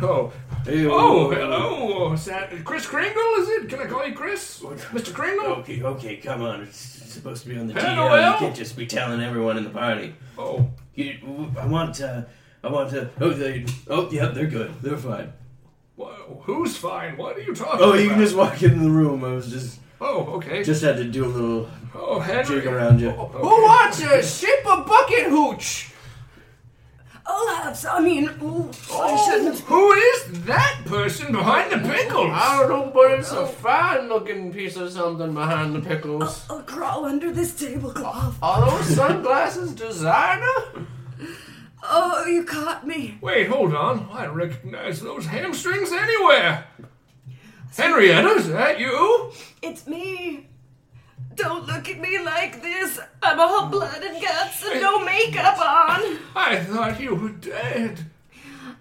[SPEAKER 2] Oh,
[SPEAKER 3] Hey,
[SPEAKER 2] oh, hello, Sat- Chris Kringle, is it? Can I call you Chris, Mr. Kringle?
[SPEAKER 3] Okay, okay, come on. It's supposed to be on the
[SPEAKER 2] Hello,
[SPEAKER 3] DL. You
[SPEAKER 2] Al.
[SPEAKER 3] can't just be telling everyone in the party.
[SPEAKER 2] Oh,
[SPEAKER 3] You, I want, uh, I want to. Oh, they, oh, yeah, they're good. They're fine.
[SPEAKER 2] wha- who's fine? What are you talking
[SPEAKER 3] Oh,
[SPEAKER 2] about?
[SPEAKER 3] you can just walk in the room. I was just,
[SPEAKER 2] Oh, okay.
[SPEAKER 3] just had to do a little
[SPEAKER 2] oh, Henry.
[SPEAKER 3] jig around you.
[SPEAKER 2] Oh,
[SPEAKER 1] Who wants a sip of bucket hooch?
[SPEAKER 4] I'll have some. I mean, ooh, I
[SPEAKER 2] Oh,
[SPEAKER 4] shouldn't.
[SPEAKER 2] who is that person behind the pickles?
[SPEAKER 1] I don't know, but it's a fine looking piece of something behind the pickles.
[SPEAKER 4] I'll crawl under this tablecloth.
[SPEAKER 1] Are those sunglasses designer?
[SPEAKER 4] Oh, you caught me.
[SPEAKER 2] Wait, hold on. I recognize those hamstrings anywhere. Henrietta, is that you?
[SPEAKER 4] It's me. Don't look at me like this. I'm all blood and guts and no makeup on.
[SPEAKER 2] I thought you were dead.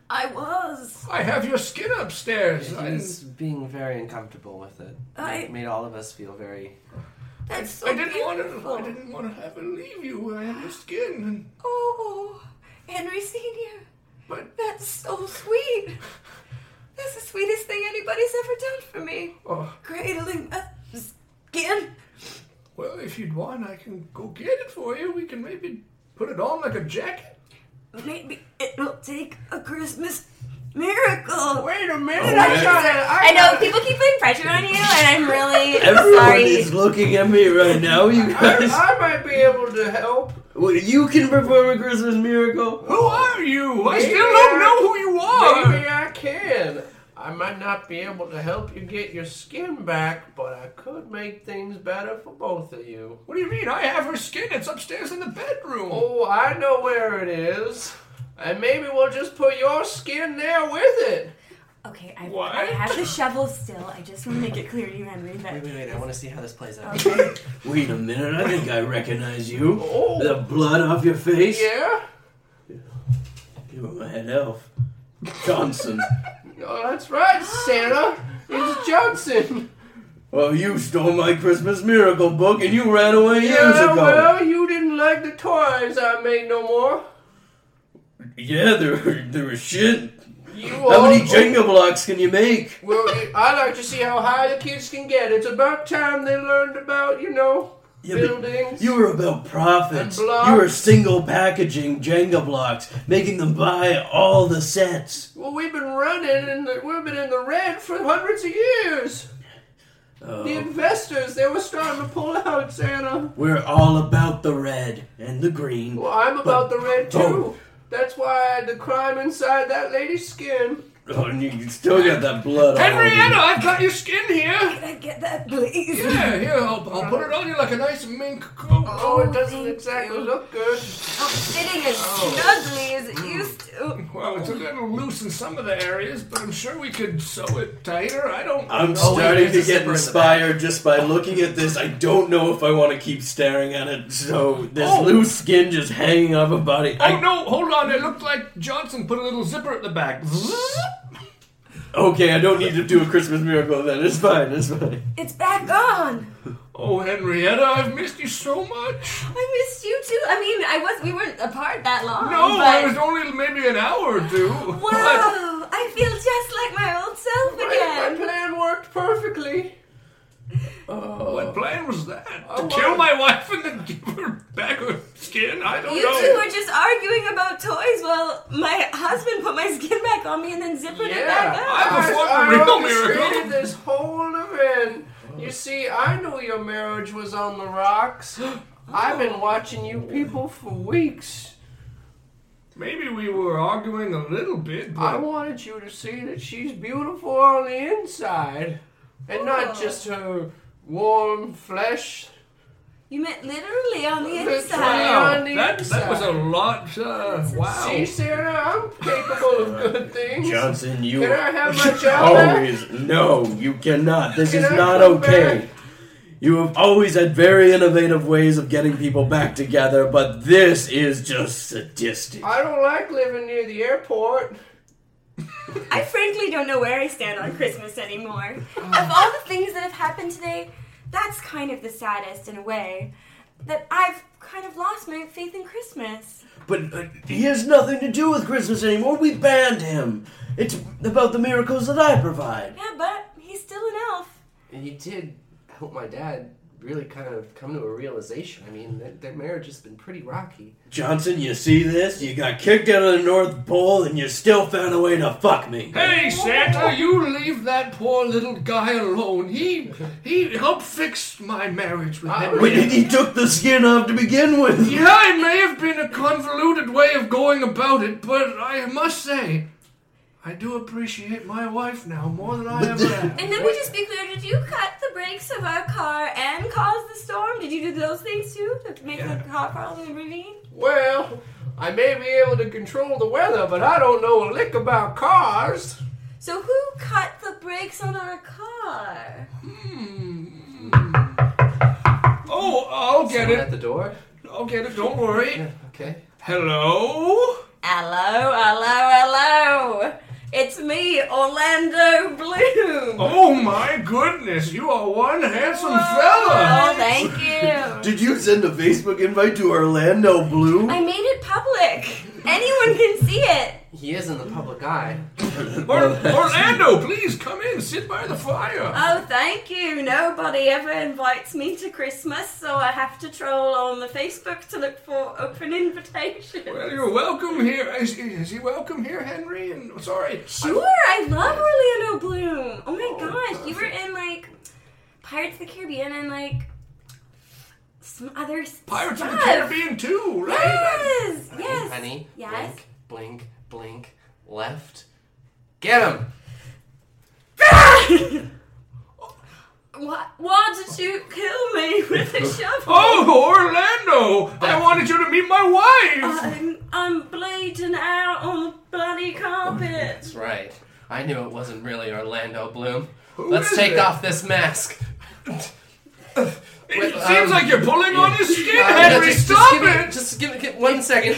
[SPEAKER 4] I was.
[SPEAKER 2] I have your skin upstairs. I,
[SPEAKER 1] He's being very uncomfortable with it.
[SPEAKER 4] I-
[SPEAKER 1] It made all of us feel very.
[SPEAKER 4] That's so
[SPEAKER 2] I didn't want to.
[SPEAKER 4] beautiful.
[SPEAKER 2] I didn't want to have to leave you. I have your skin, and,
[SPEAKER 4] Oh, Henry Senior,
[SPEAKER 2] but
[SPEAKER 4] that's so sweet. is the sweetest thing anybody's ever done for me.
[SPEAKER 2] Oh,
[SPEAKER 4] Cradling my skin.
[SPEAKER 2] well, if you'd want, I can go get it for you. We can maybe put it on like a jacket.
[SPEAKER 4] Maybe it'll take a Christmas miracle.
[SPEAKER 2] Oh, Wait a minute,
[SPEAKER 4] I gotta- I know people keep putting pressure on you, and I'm really
[SPEAKER 3] Everyone
[SPEAKER 4] sorry.
[SPEAKER 3] is looking at me right now, you guys.
[SPEAKER 2] might be able to help.
[SPEAKER 3] Well, you can perform a Christmas miracle.
[SPEAKER 2] Who are you? I
[SPEAKER 5] Maybe
[SPEAKER 2] still don't
[SPEAKER 5] I-
[SPEAKER 2] know who you are.
[SPEAKER 5] Maybe I can. I might not be able to help you get your skin back, but I could make things better for both of you.
[SPEAKER 2] What do you mean? I have her skin. It's upstairs in the bedroom.
[SPEAKER 5] Oh, I know where it is. And maybe we'll just put your skin there with it.
[SPEAKER 4] Okay, I,
[SPEAKER 2] What?
[SPEAKER 4] I have the shovel still. I just want to make it clear to you, Henry,
[SPEAKER 1] Wait,
[SPEAKER 4] that.
[SPEAKER 1] wait, wait. I want to see how this plays out.
[SPEAKER 4] Okay.
[SPEAKER 3] Wait a minute, I think I recognize you.
[SPEAKER 5] Oh,
[SPEAKER 3] The blood off your face?
[SPEAKER 5] yeah?
[SPEAKER 3] You were my head elf. Johnson.
[SPEAKER 5] Oh, that's right, Santa. It's Johnson.
[SPEAKER 3] well, you stole my Christmas miracle book and you ran away years
[SPEAKER 5] Yeah,
[SPEAKER 3] ago.
[SPEAKER 5] well, you didn't like the toys I made no more.
[SPEAKER 3] Yeah, there, were- there was shit.
[SPEAKER 5] You
[SPEAKER 3] How many
[SPEAKER 5] all-
[SPEAKER 3] Jenga blocks can you make?
[SPEAKER 5] Well, I like to see how high the kids can get. It's about time they learned about, you know,
[SPEAKER 3] Yeah, but
[SPEAKER 5] buildings.
[SPEAKER 3] You were about profits.
[SPEAKER 5] And blocks.
[SPEAKER 3] You were single packaging Jenga blocks, making them buy all the sets.
[SPEAKER 5] Well, we've been running and we've been in the red for hundreds of years. The
[SPEAKER 3] Oh,
[SPEAKER 5] investors, they were starting to pull out, Santa.
[SPEAKER 3] we're all about the red and the green.
[SPEAKER 5] Well, I'm about the red too.
[SPEAKER 3] Oh.
[SPEAKER 5] That's why I had the crime inside that lady's skin.
[SPEAKER 3] Oh, and you- you still got that blood
[SPEAKER 2] Henrietta,
[SPEAKER 3] on
[SPEAKER 2] I've got your skin here.
[SPEAKER 4] Can I get that, please?
[SPEAKER 2] Yeah, here, I'll, I'll put it on you like a nice mink coat.
[SPEAKER 5] Oh,
[SPEAKER 4] Oh,
[SPEAKER 5] it doesn't
[SPEAKER 4] thank
[SPEAKER 5] exactly Oh.
[SPEAKER 4] you.
[SPEAKER 5] look good.
[SPEAKER 4] Not fitting as snugly as it used to.
[SPEAKER 2] Well, it's a little loose in some of the areas, but I'm sure we could sew it tighter. I don't.
[SPEAKER 3] I'm
[SPEAKER 1] Oh, wait,
[SPEAKER 3] starting
[SPEAKER 1] there's
[SPEAKER 3] to
[SPEAKER 1] a zipper
[SPEAKER 3] get
[SPEAKER 1] in the
[SPEAKER 3] inspired just by looking at this. I don't know if I want to keep staring at it. So this
[SPEAKER 2] Oh.
[SPEAKER 3] loose skin just hanging off a body.
[SPEAKER 2] Oh
[SPEAKER 3] I,
[SPEAKER 2] no! Hold on. It looked like Johnson put a little zipper at the back.
[SPEAKER 3] okay, I don't need to do a Christmas miracle then. It's fine. It's fine.
[SPEAKER 4] It's back on.
[SPEAKER 2] Oh, Henrietta, I've missed you so much.
[SPEAKER 4] I missed you too. I mean, I was we weren't apart that
[SPEAKER 5] Oh,
[SPEAKER 4] long.
[SPEAKER 2] No,
[SPEAKER 4] but...
[SPEAKER 2] I was only maybe an hour or two. But-
[SPEAKER 4] Wow! I feel just like my old self
[SPEAKER 5] My, my
[SPEAKER 4] again.
[SPEAKER 5] plan worked perfectly.
[SPEAKER 2] What plan was that?
[SPEAKER 5] Oh,
[SPEAKER 2] to kill
[SPEAKER 5] wow.
[SPEAKER 2] my wife and then give her back her skin? I don't
[SPEAKER 4] You
[SPEAKER 2] know.
[SPEAKER 4] two were just arguing about toys while my husband put my skin back on me and then zippered it back up.
[SPEAKER 2] I performed a
[SPEAKER 5] I
[SPEAKER 2] real
[SPEAKER 5] orchestrated
[SPEAKER 2] miracle.
[SPEAKER 5] this whole event. You see, I knew your marriage was on the rocks. I've been watching you people for weeks.
[SPEAKER 2] Maybe we were arguing a little bit, but
[SPEAKER 5] I wanted you to see that she's beautiful on the inside, and not
[SPEAKER 4] Oh.
[SPEAKER 5] just her warm flesh.
[SPEAKER 4] You meant literally on the
[SPEAKER 5] Literally
[SPEAKER 4] inside.
[SPEAKER 5] on the
[SPEAKER 2] that, that
[SPEAKER 5] inside.
[SPEAKER 2] was a lot. Uh, wow.
[SPEAKER 5] See, Sarah, I'm capable of good things.
[SPEAKER 3] Johnson, you
[SPEAKER 5] Can I have
[SPEAKER 2] Oh.
[SPEAKER 5] my job back?
[SPEAKER 3] always no. You cannot. This
[SPEAKER 5] Can
[SPEAKER 3] is
[SPEAKER 5] I
[SPEAKER 3] not
[SPEAKER 5] come
[SPEAKER 3] okay.
[SPEAKER 5] back?
[SPEAKER 3] You have always had very innovative ways of getting people back together, but this is just sadistic.
[SPEAKER 5] I don't like living near the airport.
[SPEAKER 4] I frankly don't know where I stand on Christmas anymore. Of all the things that have happened today, that's kind of the saddest in a way. That I've kind of lost my faith in Christmas.
[SPEAKER 3] But uh, he has nothing to do with Christmas anymore. We banned him. It's about the miracles that I provide.
[SPEAKER 4] Yeah, but he's still an elf.
[SPEAKER 1] And you did help my dad really kind of come to a realization. I mean, their, their marriage has been pretty rocky.
[SPEAKER 3] Johnson, you see this? You got kicked out of the North Pole and you still found a way to fuck me.
[SPEAKER 2] Hey Santa, you leave that poor little guy alone. He he helped fix my marriage with
[SPEAKER 5] I
[SPEAKER 2] him.
[SPEAKER 3] Wait, he took the skin off to begin with.
[SPEAKER 2] Yeah, it may have been a convoluted way of going about it, but I must say, I do appreciate my wife now more than I ever have.
[SPEAKER 4] And let me just be clear: Did you cut the brakes of our car and cause the storm? Did you do those things too to make
[SPEAKER 2] Yeah.
[SPEAKER 4] the car fall in the ravine?
[SPEAKER 5] Well, I may be able to control the weather, but I don't know a lick about cars.
[SPEAKER 4] So who cut the brakes on our car?
[SPEAKER 2] Hmm. Oh, I'll get
[SPEAKER 1] Someone
[SPEAKER 2] it.
[SPEAKER 1] at the door.
[SPEAKER 2] I'll get it. Don't worry.
[SPEAKER 1] Okay.
[SPEAKER 2] Hello?
[SPEAKER 4] Hello, hello, hello! It's me, Orlando Bloom.
[SPEAKER 2] Oh my goodness, you are one handsome fella.
[SPEAKER 4] Oh, thank you.
[SPEAKER 3] Did you send a Facebook invite to Orlando Blue?
[SPEAKER 4] I made it public. Anyone can see it.
[SPEAKER 1] He is in the public eye.
[SPEAKER 5] Orlando, please come in, sit by the fire.
[SPEAKER 4] Oh, thank you. Nobody ever invites me to Christmas, so I have to troll on the Facebook to look for open invitations.
[SPEAKER 5] Well, you're welcome here. Is, is he welcome here, Henry? And sorry,
[SPEAKER 4] Sure, I love Orlando Bloom. Oh my gosh, you were in like Pirates of the Caribbean and like some other s-
[SPEAKER 5] Pirates
[SPEAKER 4] stuff.
[SPEAKER 5] of the Caribbean too, right?
[SPEAKER 4] Yes,
[SPEAKER 1] Honey,
[SPEAKER 4] yes,
[SPEAKER 1] honey,
[SPEAKER 4] yes.
[SPEAKER 1] blink, blink, blink, left. Get him!
[SPEAKER 4] Why, why did you kill me with a shovel?
[SPEAKER 2] Oh!
[SPEAKER 5] Oh, Orlando! I wanted you to meet my wife.
[SPEAKER 4] I'm, I'm bleeding out on the bloody carpet.
[SPEAKER 1] That's right. I knew it wasn't really Orlando Bloom.
[SPEAKER 5] Who
[SPEAKER 1] Let's
[SPEAKER 5] is
[SPEAKER 1] take
[SPEAKER 5] it?
[SPEAKER 1] off this mask.
[SPEAKER 5] It
[SPEAKER 1] Wait,
[SPEAKER 5] seems
[SPEAKER 1] um,
[SPEAKER 5] like you're pulling on his skin,
[SPEAKER 1] Uh, no,
[SPEAKER 5] Henry.
[SPEAKER 1] just, just
[SPEAKER 5] Stop
[SPEAKER 1] give me-
[SPEAKER 5] it!
[SPEAKER 1] just give it one second.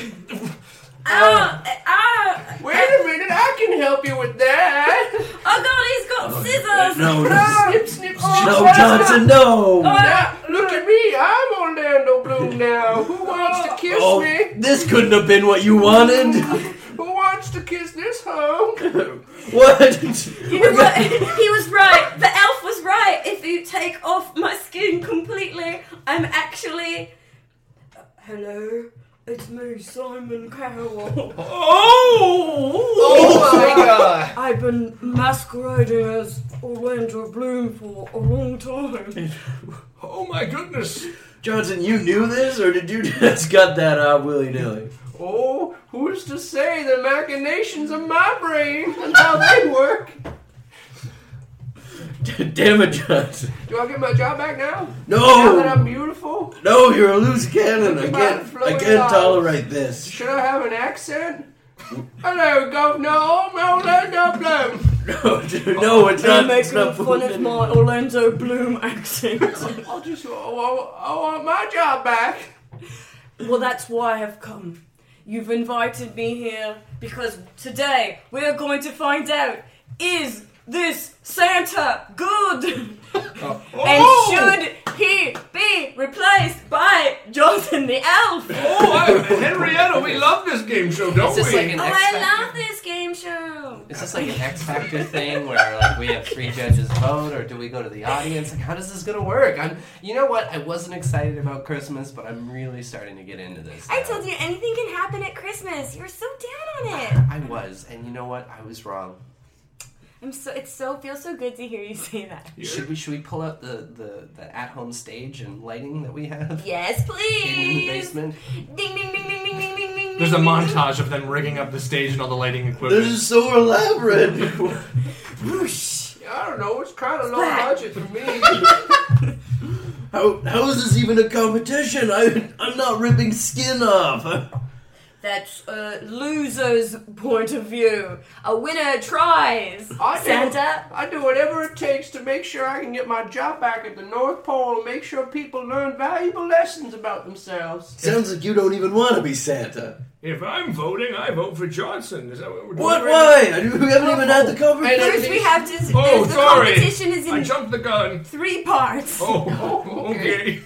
[SPEAKER 4] Oh, oh,
[SPEAKER 5] Wait a minute, I can help you with that.
[SPEAKER 4] oh god, he's got scissors.
[SPEAKER 3] No, no,
[SPEAKER 5] Ah, snip, snip, snip. Oh,
[SPEAKER 3] no,
[SPEAKER 5] Ah,
[SPEAKER 3] Johnson, no!
[SPEAKER 5] Now, look at me. I'm Orlando Bloom now. Who wants to kiss
[SPEAKER 3] Oh,
[SPEAKER 5] me?
[SPEAKER 3] this couldn't have been what you wanted.
[SPEAKER 5] Who wants to kiss this hoe?
[SPEAKER 3] What?
[SPEAKER 4] You know what? he was right. The elf was right. If you take off my skin completely, I'm actually. uh, Hello, it's me, Simon Cowell.
[SPEAKER 5] Oh!
[SPEAKER 1] Oh my god!
[SPEAKER 4] I've been masquerading as Orlando Bloom for a long time.
[SPEAKER 5] Oh my goodness.
[SPEAKER 3] Johnson, you knew this, or did you just got that out willy nilly?
[SPEAKER 5] Oh, who's to say the machinations of my brain and how they work?
[SPEAKER 3] Damn it, Johnson.
[SPEAKER 5] Do I get my job back now? Now that I'm
[SPEAKER 3] No!
[SPEAKER 5] beautiful?
[SPEAKER 3] No, you're a loose cannon. I
[SPEAKER 5] Look at my
[SPEAKER 3] can't, I
[SPEAKER 5] flowing
[SPEAKER 3] can't
[SPEAKER 5] locks.
[SPEAKER 3] tolerate this.
[SPEAKER 5] Should I have an accent? Hello, Governor. I'm Orlando Bloom.
[SPEAKER 3] No, no, it's
[SPEAKER 4] They're
[SPEAKER 3] not. It's
[SPEAKER 4] making
[SPEAKER 3] not
[SPEAKER 4] fun of
[SPEAKER 3] moving.
[SPEAKER 4] my Orlando Bloom accent.
[SPEAKER 5] I'll just, I want, I want my job back.
[SPEAKER 4] well, that's why I have come. You've invited me here because today we are going to find out is this Santa good? And should he be replaced by Jonathan the Elf? Oh,
[SPEAKER 5] Oh, I, Henrietta, we love this game show, don't
[SPEAKER 1] Is this like an X Factor?
[SPEAKER 4] Oh, I love this game show.
[SPEAKER 1] Is this like an X Factor thing where like we have three judges vote, or do we go to the audience? Like, how does this gonna work? I'm, you know what? I wasn't excited about Christmas, but I'm really starting to get into this.
[SPEAKER 4] I
[SPEAKER 1] now.
[SPEAKER 4] told you anything can happen at Christmas. You're so down on it.
[SPEAKER 1] I was, and you know what? I was wrong.
[SPEAKER 4] I'm so it so feels so good to hear you say that.
[SPEAKER 1] Should we should we pull out the the, the at home stage and lighting that we have
[SPEAKER 4] Yes,
[SPEAKER 1] in the
[SPEAKER 4] please.
[SPEAKER 1] basement?
[SPEAKER 4] Ding ding ding ding ding ding ding ding.
[SPEAKER 2] There's a
[SPEAKER 4] ding, ding, ding.
[SPEAKER 2] montage of them rigging up the stage and all the lighting
[SPEAKER 3] This
[SPEAKER 2] equipment.
[SPEAKER 3] is so elaborate.
[SPEAKER 4] Whoosh.
[SPEAKER 5] I don't know. It's kind of low
[SPEAKER 4] Splat.
[SPEAKER 5] budget for me.
[SPEAKER 3] How, how is this even a competition? I, I'm not ripping skin off.
[SPEAKER 4] That's a loser's point of view. A winner tries.
[SPEAKER 5] I do.
[SPEAKER 4] Santa.
[SPEAKER 5] I do whatever it takes to make sure I can get my job back at the North Pole and make sure people learn valuable lessons about themselves.
[SPEAKER 3] Sounds like you don't even want to be Santa.
[SPEAKER 5] If I'm voting, I vote for Johnson. Is that what we're doing?
[SPEAKER 3] What? Why? I- We haven't even had the
[SPEAKER 4] First,
[SPEAKER 3] competition.
[SPEAKER 4] we have to.
[SPEAKER 5] Oh,
[SPEAKER 4] the
[SPEAKER 5] sorry.
[SPEAKER 4] competition is in
[SPEAKER 5] jumped the gun.
[SPEAKER 4] three parts.
[SPEAKER 5] Oh, okay.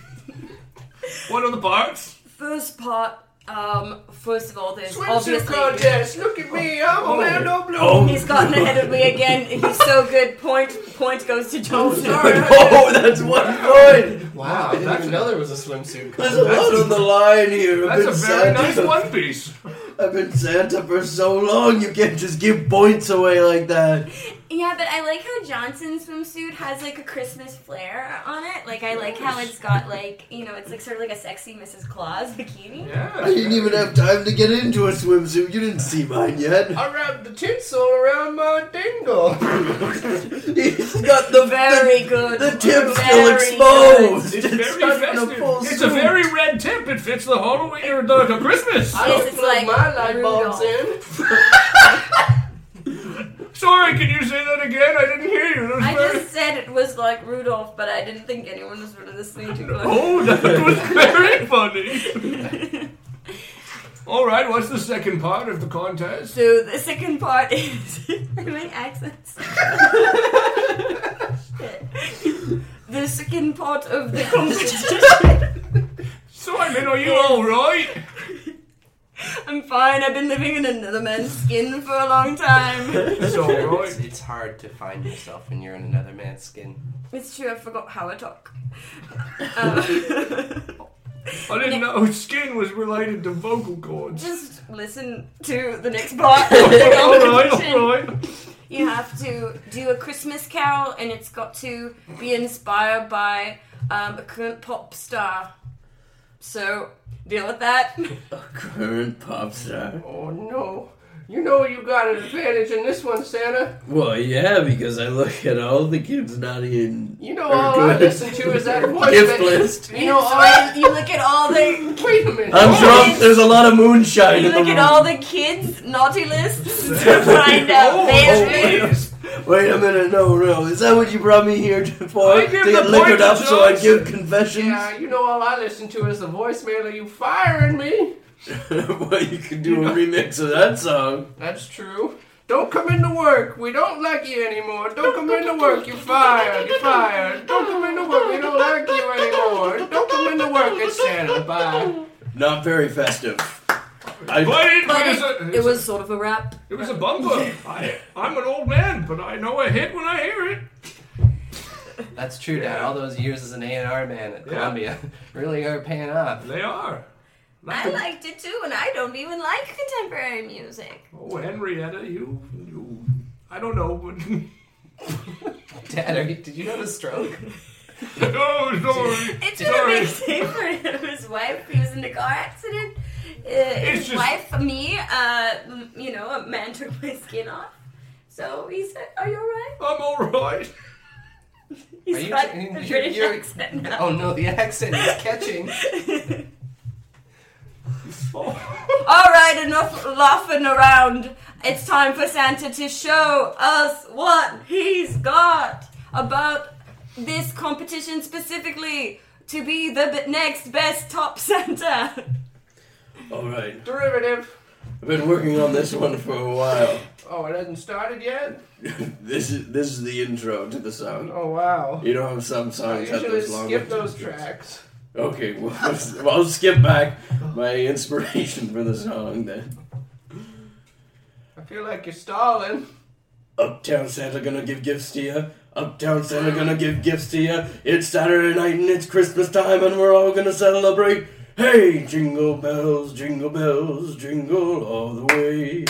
[SPEAKER 5] what are the parts?
[SPEAKER 4] First part, um, first of all, there's
[SPEAKER 5] Swimsuit
[SPEAKER 4] obviously.
[SPEAKER 5] contest. Look at me. I'm Orlando Bloom.
[SPEAKER 3] Oh.
[SPEAKER 4] He's gotten ahead of me again. He's so good. Point point goes to Johnson.
[SPEAKER 5] sorry.
[SPEAKER 3] Oh, that's one point.
[SPEAKER 1] Wow, I didn't even know there was a swimsuit.
[SPEAKER 3] There's a lot on the line here. I've
[SPEAKER 5] That's a
[SPEAKER 3] been
[SPEAKER 5] very
[SPEAKER 3] Santa.
[SPEAKER 5] nice one piece.
[SPEAKER 3] I've been Santa for so long. You can't just give points away like that.
[SPEAKER 4] Yeah, but I like how Johnson's swimsuit has like a Christmas flair on it. Like I like how it's got like you know it's like sort of like a sexy Mrs. Claus bikini.
[SPEAKER 5] Yeah.
[SPEAKER 3] I didn't even have time to get into a swimsuit. You didn't see mine yet.
[SPEAKER 5] I wrapped the tinsel around my dingle.
[SPEAKER 3] He's got the
[SPEAKER 4] Very good.
[SPEAKER 3] The tip's still
[SPEAKER 4] Very
[SPEAKER 3] exposed.
[SPEAKER 4] good.
[SPEAKER 5] It's very
[SPEAKER 3] not even
[SPEAKER 5] festive.
[SPEAKER 3] full
[SPEAKER 5] It's a
[SPEAKER 3] suit.
[SPEAKER 5] very red tip. It fits the Halloween or the, the Christmas.
[SPEAKER 2] Oh,
[SPEAKER 4] I don't it's plug like my light bulbs
[SPEAKER 5] Sorry, can you say that again? I didn't hear you. That was
[SPEAKER 4] I
[SPEAKER 5] very...
[SPEAKER 4] just said it was like Rudolph, but I didn't think anyone was really listening to it.
[SPEAKER 5] Oh, that was very funny. All right, what's the second part of the contest?
[SPEAKER 4] So the second part is my accents. the second part of the competition.
[SPEAKER 5] Simon, are you all right?
[SPEAKER 4] I'm fine. I've been living in another man's skin for a long time.
[SPEAKER 1] So it's, it's hard to find yourself when you're in another man's skin.
[SPEAKER 4] it's true. I forgot how I talk. Um,
[SPEAKER 2] I didn't know skin was related to vocal cords.
[SPEAKER 4] just listen to the next part.
[SPEAKER 2] alright, alright.
[SPEAKER 4] You have to do a Christmas carol, and it's got to be inspired by um, a current pop star. So deal with that.
[SPEAKER 3] Current pop star.
[SPEAKER 5] Oh no. You know you got an advantage in this one, Santa.
[SPEAKER 3] Well, yeah, because I look at all the kids not in
[SPEAKER 5] You know
[SPEAKER 3] Or
[SPEAKER 5] all I
[SPEAKER 3] good.
[SPEAKER 5] listen to is that voice.
[SPEAKER 3] gift
[SPEAKER 5] that-
[SPEAKER 3] list.
[SPEAKER 5] You know all I-
[SPEAKER 4] you look at all the
[SPEAKER 5] Wait a minute.
[SPEAKER 3] I'm
[SPEAKER 5] Oh,
[SPEAKER 3] drunk. There's a lot of moonshine
[SPEAKER 4] you
[SPEAKER 3] in the
[SPEAKER 4] look
[SPEAKER 3] room.
[SPEAKER 4] at all the kids naughty lists to find out
[SPEAKER 3] oh,
[SPEAKER 4] their
[SPEAKER 3] wait, a- wait a minute, no, no. Is that what you brought me here to- for?
[SPEAKER 2] I
[SPEAKER 3] To
[SPEAKER 2] give
[SPEAKER 3] get
[SPEAKER 2] the point
[SPEAKER 3] liquored
[SPEAKER 2] to
[SPEAKER 3] up so I give
[SPEAKER 2] Johnson.
[SPEAKER 3] confessions?
[SPEAKER 5] Yeah, you know all I listen to is the voicemail of you firing me.
[SPEAKER 3] well, you could do a remix of that song.
[SPEAKER 5] That's true. Don't come into work. We don't like you anymore. Don't come into work. You're fired. You're fired. Don't come into work. We don't like you anymore. Don't come into work. It's Santa. Bye.
[SPEAKER 3] Not very festive. I,
[SPEAKER 2] But it,
[SPEAKER 4] But
[SPEAKER 2] was a,
[SPEAKER 4] it, it was sort of a rap.
[SPEAKER 2] it was a bumper. I, I'm an old man, but I know a hit when I hear it.
[SPEAKER 1] That's true, Dad. All those years as an A&R man at Columbia really are paying off.
[SPEAKER 2] They are.
[SPEAKER 4] I liked it too, and I don't even like contemporary music.
[SPEAKER 2] Oh, Henrietta, you, you, I don't know, but
[SPEAKER 1] Dad, are you, did you have a stroke?
[SPEAKER 2] oh, sorry.
[SPEAKER 4] It's a
[SPEAKER 2] Sorry.
[SPEAKER 4] big thing for his wife. He was in a car accident. Uh, his
[SPEAKER 2] just-
[SPEAKER 4] wife, me, uh, m- you know, a man took my skin off. So he said, "Are you alright?"
[SPEAKER 2] I'm all right.
[SPEAKER 1] Are
[SPEAKER 4] He's
[SPEAKER 1] you-
[SPEAKER 4] got
[SPEAKER 1] you're-
[SPEAKER 4] a British
[SPEAKER 1] you're-
[SPEAKER 4] accent now.
[SPEAKER 1] Oh no, the accent is catching.
[SPEAKER 2] Oh,
[SPEAKER 4] All right, enough laughing around. It's time for Santa to show us what he's got about this competition specifically to be the b- next best top Santa.
[SPEAKER 3] alright.
[SPEAKER 5] Derivative.
[SPEAKER 3] I've been working on this one for a while.
[SPEAKER 5] Oh, it hasn't started yet?
[SPEAKER 3] this is this is the intro to the song.
[SPEAKER 5] Oh, wow.
[SPEAKER 3] You know how some
[SPEAKER 5] I
[SPEAKER 3] songs have
[SPEAKER 5] usually
[SPEAKER 3] those long.
[SPEAKER 5] skip those tracks.
[SPEAKER 3] Okay, well, well, I'll skip back my inspiration for the song then.
[SPEAKER 5] I feel like you're stalling.
[SPEAKER 3] Uptown Santa gonna give gifts to ya. Uptown Santa gonna give gifts to ya. It's Saturday night and it's Christmas time and we're all gonna celebrate. Hey, jingle bells, jingle bells, jingle all the way.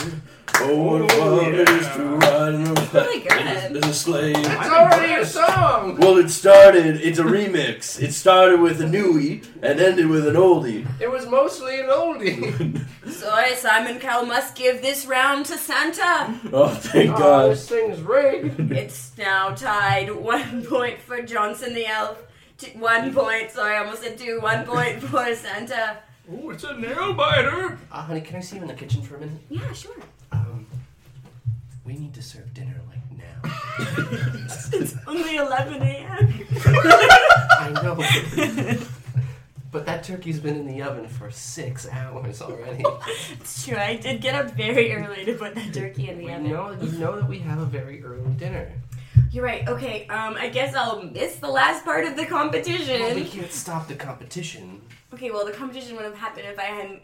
[SPEAKER 3] Oh, what fun it is to ride in a
[SPEAKER 4] really good.
[SPEAKER 3] in a sleigh.
[SPEAKER 5] It's already a song!
[SPEAKER 3] Well, it started. It's a remix. It started with a newie and ended with an E. oldie.
[SPEAKER 5] It was mostly an oldie.
[SPEAKER 4] Sorry, Simon Cowell must give this round to Santa.
[SPEAKER 3] Oh, thank
[SPEAKER 5] Oh,
[SPEAKER 3] God!
[SPEAKER 5] this thing's rigged.
[SPEAKER 4] It's now tied one point for Johnson the Elf. T- One point, sorry, I almost said two. One point for Santa.
[SPEAKER 2] oh, it's a nail biter.
[SPEAKER 1] Uh, honey, can I see you in the kitchen for a minute?
[SPEAKER 4] Yeah, sure.
[SPEAKER 1] Um, we need to serve dinner like now.
[SPEAKER 4] It's only 11 a.m.
[SPEAKER 1] I know. But that turkey's been in the oven for six hours already.
[SPEAKER 4] It's true, I did get up very early to put that turkey in the
[SPEAKER 1] We
[SPEAKER 4] oven.
[SPEAKER 1] know, you know that we have a very early dinner.
[SPEAKER 4] You're right. Okay. Um, I guess I'll miss the last part of the
[SPEAKER 1] Well, we
[SPEAKER 4] competition.
[SPEAKER 1] can't stop the competition.
[SPEAKER 4] Okay. Well, the competition would have happened if I hadn't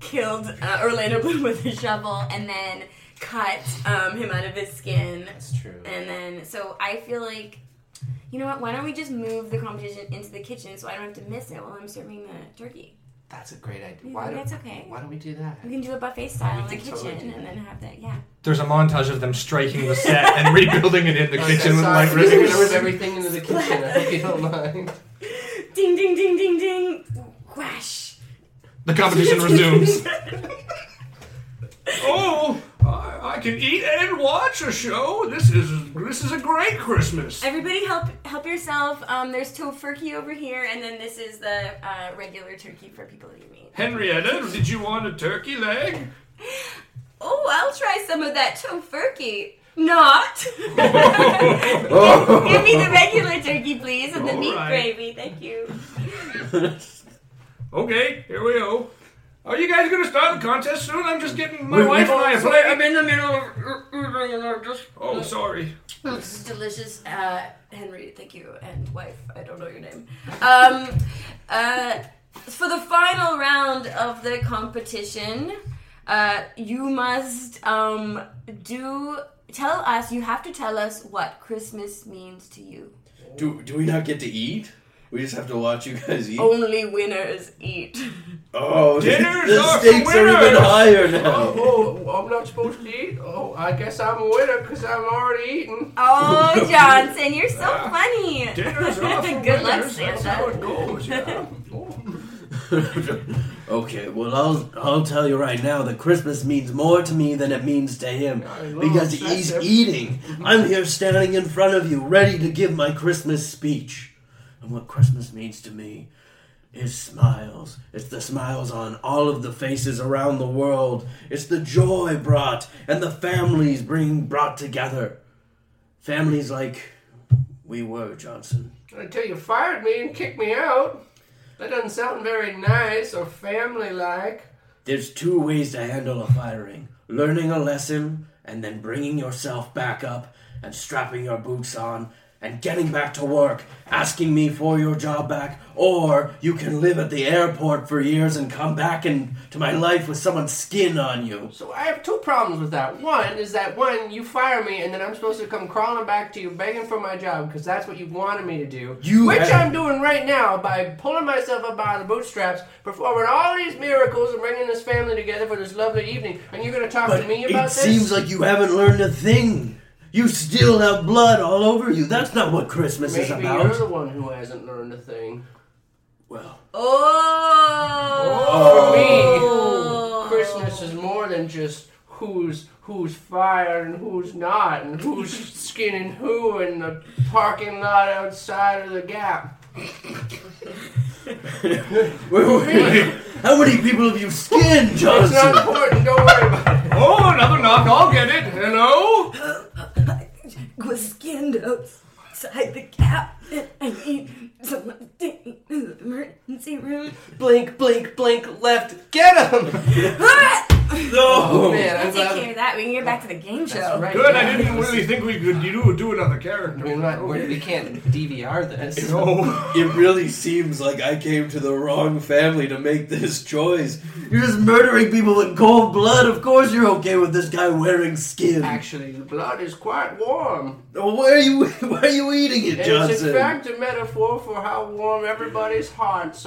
[SPEAKER 4] killed uh, Orlando Bloom with a shovel and then cut um, him out of his skin,
[SPEAKER 1] That's true.
[SPEAKER 4] and then so I feel like. You know what? Why don't we just move the competition into the kitchen so I don't have to miss it while I'm serving the turkey?
[SPEAKER 1] That's a great idea.
[SPEAKER 4] You
[SPEAKER 1] Why
[SPEAKER 4] think
[SPEAKER 1] don't,
[SPEAKER 4] that's okay?
[SPEAKER 1] why don't we do that?
[SPEAKER 4] We can do a buffet style
[SPEAKER 1] We
[SPEAKER 4] in the
[SPEAKER 1] could
[SPEAKER 4] kitchen
[SPEAKER 1] totally do
[SPEAKER 4] and
[SPEAKER 1] that.
[SPEAKER 4] then have that. Yeah.
[SPEAKER 2] There's a montage of them striking the set and rebuilding it in the
[SPEAKER 1] Okay,
[SPEAKER 2] kitchen with
[SPEAKER 1] sorry,
[SPEAKER 2] light
[SPEAKER 1] we
[SPEAKER 2] ribbons.
[SPEAKER 1] threw everything into the kitchen. I hope you don't mind.
[SPEAKER 4] Ding ding ding ding ding. Whash.
[SPEAKER 2] The competition resumes. Oh, I, I can eat and watch a show. This is this is a great Christmas.
[SPEAKER 4] Everybody, help help yourself. Um, there's tofurkey over here, and then this is the uh, regular turkey for people that you meet.
[SPEAKER 2] Henrietta, did you want a turkey leg?
[SPEAKER 4] Oh, I'll try some of that tofurkey. Not. Give me the regular turkey, please, and the meat
[SPEAKER 2] Alright.
[SPEAKER 4] gravy. Thank you.
[SPEAKER 2] Okay, here we go. Are you guys gonna start the contest soon? I'm just getting my
[SPEAKER 3] We-
[SPEAKER 2] wife
[SPEAKER 3] we-
[SPEAKER 2] and I a plate. I'm in-
[SPEAKER 5] the middle of. Just
[SPEAKER 2] Oh, sorry.
[SPEAKER 4] This is delicious, uh, Henry. Thank you, and wife. I don't know your name. Um, uh, for the final round of the competition, uh, you must um, do tell us. You have to tell us what Christmas means to you.
[SPEAKER 3] Do do we not get to eat? We just have to watch you guys eat.
[SPEAKER 4] Only winners eat.
[SPEAKER 3] Oh,
[SPEAKER 5] Oh, Dinners
[SPEAKER 3] the
[SPEAKER 5] are for
[SPEAKER 3] stakes are even
[SPEAKER 5] winners!
[SPEAKER 3] higher now.
[SPEAKER 5] Oh, oh, I'm not supposed to eat? Oh, I guess I'm a winner because I'm already eating.
[SPEAKER 4] Oh, Johnson, you're so funny.
[SPEAKER 5] Dinners are for
[SPEAKER 4] Good luck,
[SPEAKER 5] winners. That's how it
[SPEAKER 4] Santa.
[SPEAKER 5] goes. Yeah. Oh.
[SPEAKER 3] okay, well I'll I'll tell you right now that Christmas means more to me than it means to him
[SPEAKER 5] I love
[SPEAKER 3] because
[SPEAKER 5] that,
[SPEAKER 3] he's
[SPEAKER 5] Tim.
[SPEAKER 3] eating. I'm here standing in front of you, ready to give my Christmas speech. And what Christmas means to me is smiles. It's the smiles on all of the faces around the world. It's the joy brought and the families being brought together. Families like we were, Johnson.
[SPEAKER 5] Until you fired me and kicked me out. That doesn't sound very nice or family like.
[SPEAKER 3] There's two ways to handle a firing learning a lesson, and then bringing yourself back up and strapping your boots on and getting back to work, asking me for your job back, or you can live at the airport for years and come back and to my life with someone's skin on you.
[SPEAKER 5] So I have two problems with that. One is that one, you fire me and then I'm supposed to come crawling back to you begging for my job because that's what you wanted me to do.
[SPEAKER 3] You
[SPEAKER 5] which
[SPEAKER 3] have-
[SPEAKER 5] I'm doing right now by pulling myself up by the bootstraps, performing all these miracles and bringing this family together for this lovely evening. And you're going to talk
[SPEAKER 3] But
[SPEAKER 5] to me
[SPEAKER 3] it
[SPEAKER 5] about this?
[SPEAKER 3] seems like you haven't learned a thing. You still have blood all over you. That's not what Christmas is
[SPEAKER 5] Maybe
[SPEAKER 3] about.
[SPEAKER 5] you're the one who hasn't learned a thing.
[SPEAKER 3] Well,
[SPEAKER 5] Oh,
[SPEAKER 4] Oh,
[SPEAKER 5] for me, Christmas is more than just who's who's fired and who's not, and who's skinning who in the parking lot outside of the Gap.
[SPEAKER 3] wait, wait, wait. how many people have you skinned,
[SPEAKER 5] It's not
[SPEAKER 3] Johnson?
[SPEAKER 5] important. Don't worry about it.
[SPEAKER 2] Oh, another knock. I'll get it. Hello?
[SPEAKER 4] was skinned outside the cap. I need someone to take me to the emergency room.
[SPEAKER 5] Blink, blink, blink. Left. Get him.
[SPEAKER 3] No.
[SPEAKER 5] Man, I'm
[SPEAKER 4] We'll take
[SPEAKER 5] glad.
[SPEAKER 4] care of that. We can get back to the game show.
[SPEAKER 5] Right,
[SPEAKER 6] Good,
[SPEAKER 5] yeah.
[SPEAKER 6] I didn't really think we could do, do another
[SPEAKER 5] I
[SPEAKER 6] character.
[SPEAKER 5] mean, not, we we can't DVR this.
[SPEAKER 6] No.
[SPEAKER 3] It really seems like I came to the wrong family to make this choice. You're just murdering people in cold blood. Of course, you're okay with this guy wearing skin.
[SPEAKER 5] Actually, the blood is quite warm.
[SPEAKER 3] Oh, Why are you? Why are you eating it,
[SPEAKER 5] And It's in
[SPEAKER 3] Johnson?
[SPEAKER 5] fact a metaphor for how warm everybody's hearts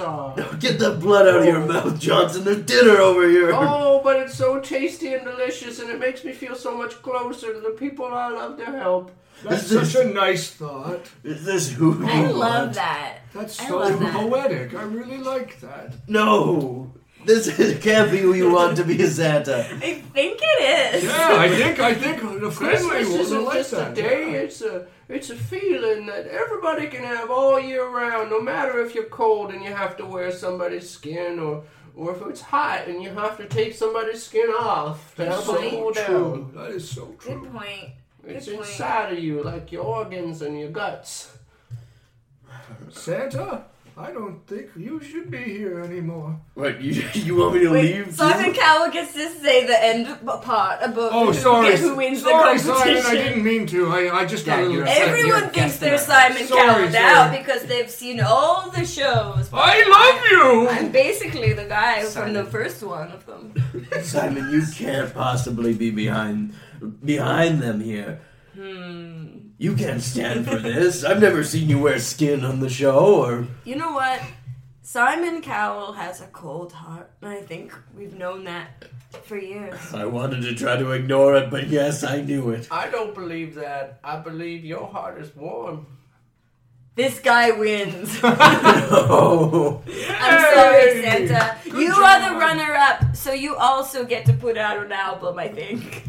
[SPEAKER 5] are.
[SPEAKER 3] Get that blood out of your mouth, Johnson. There's dinner over here.
[SPEAKER 5] Oh, but it's so tasty and delicious, and it makes me feel so much closer to the people I love to help.
[SPEAKER 6] That's such a nice thought.
[SPEAKER 3] Is this who you
[SPEAKER 4] I love
[SPEAKER 3] want?
[SPEAKER 4] that.
[SPEAKER 6] That's
[SPEAKER 4] I
[SPEAKER 6] so
[SPEAKER 4] love that.
[SPEAKER 6] poetic. I really like that.
[SPEAKER 3] No, this is, can't be who you want to be, Santa.
[SPEAKER 4] I think it is.
[SPEAKER 6] Yeah, I think I think the family
[SPEAKER 5] Christmas
[SPEAKER 6] will
[SPEAKER 5] isn't
[SPEAKER 6] like
[SPEAKER 5] just a
[SPEAKER 6] that.
[SPEAKER 5] day; it's a it's a feeling that everybody can have all year round, no matter if you're cold and you have to wear somebody's skin, or or if it's hot and you have to take somebody's skin off to help
[SPEAKER 6] That's
[SPEAKER 5] so
[SPEAKER 6] so
[SPEAKER 5] it cool down.
[SPEAKER 6] true. That is so
[SPEAKER 4] Good
[SPEAKER 6] true.
[SPEAKER 4] point.
[SPEAKER 5] It's
[SPEAKER 4] Good point.
[SPEAKER 5] inside of you, like your organs and your guts.
[SPEAKER 6] Santa, I don't think you should be here anymore.
[SPEAKER 3] What you? You want me to
[SPEAKER 4] Wait,
[SPEAKER 3] leave?
[SPEAKER 4] so I
[SPEAKER 3] too?
[SPEAKER 4] think Cowl gets to say the end b- part about
[SPEAKER 6] Oh,
[SPEAKER 4] who-
[SPEAKER 6] sorry.
[SPEAKER 4] who wins
[SPEAKER 6] sorry,
[SPEAKER 4] the
[SPEAKER 6] sorry,
[SPEAKER 4] competition.
[SPEAKER 6] I didn't mean to. I, I just got a
[SPEAKER 1] Yeah,
[SPEAKER 6] little
[SPEAKER 1] you're-
[SPEAKER 6] upset.
[SPEAKER 4] Everyone
[SPEAKER 1] You're
[SPEAKER 4] thinks
[SPEAKER 1] guessing
[SPEAKER 4] they're
[SPEAKER 1] that.
[SPEAKER 4] Simon
[SPEAKER 6] Sorry,
[SPEAKER 4] Cowell
[SPEAKER 6] sorry.
[SPEAKER 4] now because they've seen all the shows.
[SPEAKER 6] I love you.
[SPEAKER 4] I'm basically the guy from the
[SPEAKER 1] Simon.
[SPEAKER 4] first one of them.
[SPEAKER 3] Simon, you can't possibly be behind behind them here.
[SPEAKER 4] Hmm.
[SPEAKER 3] You can't stand for this. I've never seen you wear skin on the show or
[SPEAKER 4] You know what? Simon Cowell has a cold heart, and I think we've known that for years.
[SPEAKER 3] I wanted to try to ignore it, but yes, I knew it.
[SPEAKER 5] I don't believe that. I believe your heart is warm.
[SPEAKER 4] This guy wins.
[SPEAKER 3] Oh.
[SPEAKER 4] I'm sorry,
[SPEAKER 6] Yay!
[SPEAKER 4] Santa. you are the runner up, so you also get to put out an album, I think.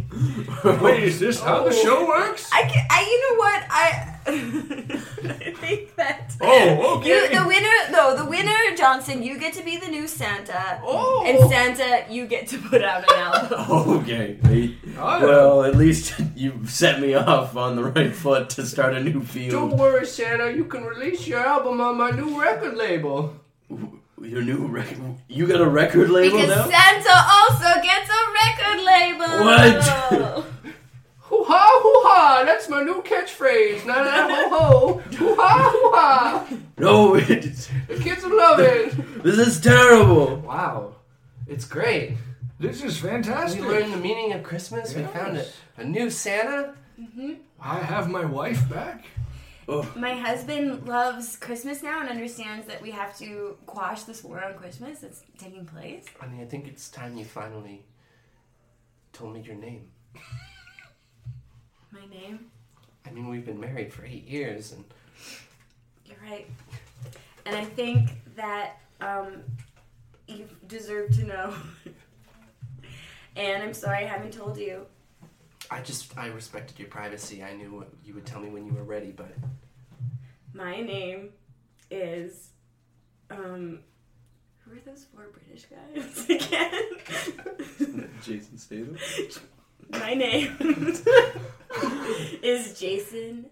[SPEAKER 6] Wait, is this how the show works?
[SPEAKER 4] I can, I, you know what? I, I think that.
[SPEAKER 6] Oh,
[SPEAKER 4] You,
[SPEAKER 6] okay.
[SPEAKER 4] the winner, no, the winner, Johnson, you get to be the new Santa.
[SPEAKER 5] Oh.
[SPEAKER 4] And Santa, you get to put out an album.
[SPEAKER 3] Okay. They- Well, at least you set me off on the right foot to start a new
[SPEAKER 5] Don't
[SPEAKER 3] field.
[SPEAKER 5] worry, Santa. You can release your album on my new record label.
[SPEAKER 3] Your new rec- you got a record label
[SPEAKER 4] because
[SPEAKER 3] now?
[SPEAKER 4] Santa also gets a record label.
[SPEAKER 3] What?
[SPEAKER 5] Hoo ha, hoo ha! That's my new catchphrase. Na na ho ho. Hoo ha, hoo ha.
[SPEAKER 3] No, it's,
[SPEAKER 5] The kids will love it.
[SPEAKER 3] this is terrible.
[SPEAKER 5] Wow, it's great.
[SPEAKER 6] This is
[SPEAKER 5] We
[SPEAKER 6] fantastic.
[SPEAKER 5] learned the meaning of Christmas. We found a,
[SPEAKER 6] Yes.
[SPEAKER 5] a new Santa.
[SPEAKER 6] I have my wife back.
[SPEAKER 4] My husband loves Christmas now and understands that we have to quash this war on Christmas that's taking place.
[SPEAKER 5] Honey, I think it's time you finally told me your name.
[SPEAKER 4] My name.
[SPEAKER 5] I mean, we've been married for eight years, and
[SPEAKER 4] You're right. And I think that um, you deserve to know. and I'm sorry I haven't told you.
[SPEAKER 5] I just I respected your privacy. I knew what you would tell me when you were ready, but
[SPEAKER 4] My name is. Um, who are those four British guys again?
[SPEAKER 3] Jason Statham.
[SPEAKER 4] My name is Jason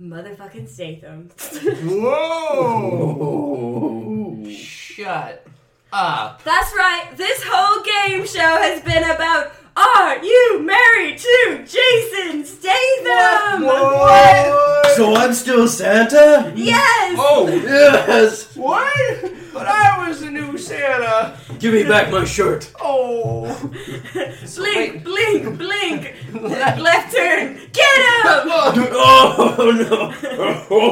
[SPEAKER 4] motherfucking Statham.
[SPEAKER 6] Whoa!
[SPEAKER 3] Oh.
[SPEAKER 5] shut up.
[SPEAKER 4] That's right, this whole game show has been about Are you married to Jason Statham?
[SPEAKER 3] So I'm still Santa?
[SPEAKER 4] Yes!
[SPEAKER 5] Oh,
[SPEAKER 3] Yes!
[SPEAKER 5] what? But I was the new Santa.
[SPEAKER 3] Give me back my shirt.
[SPEAKER 5] Oh,
[SPEAKER 4] blink, blink, blink! Left turn! Get him!
[SPEAKER 3] Oh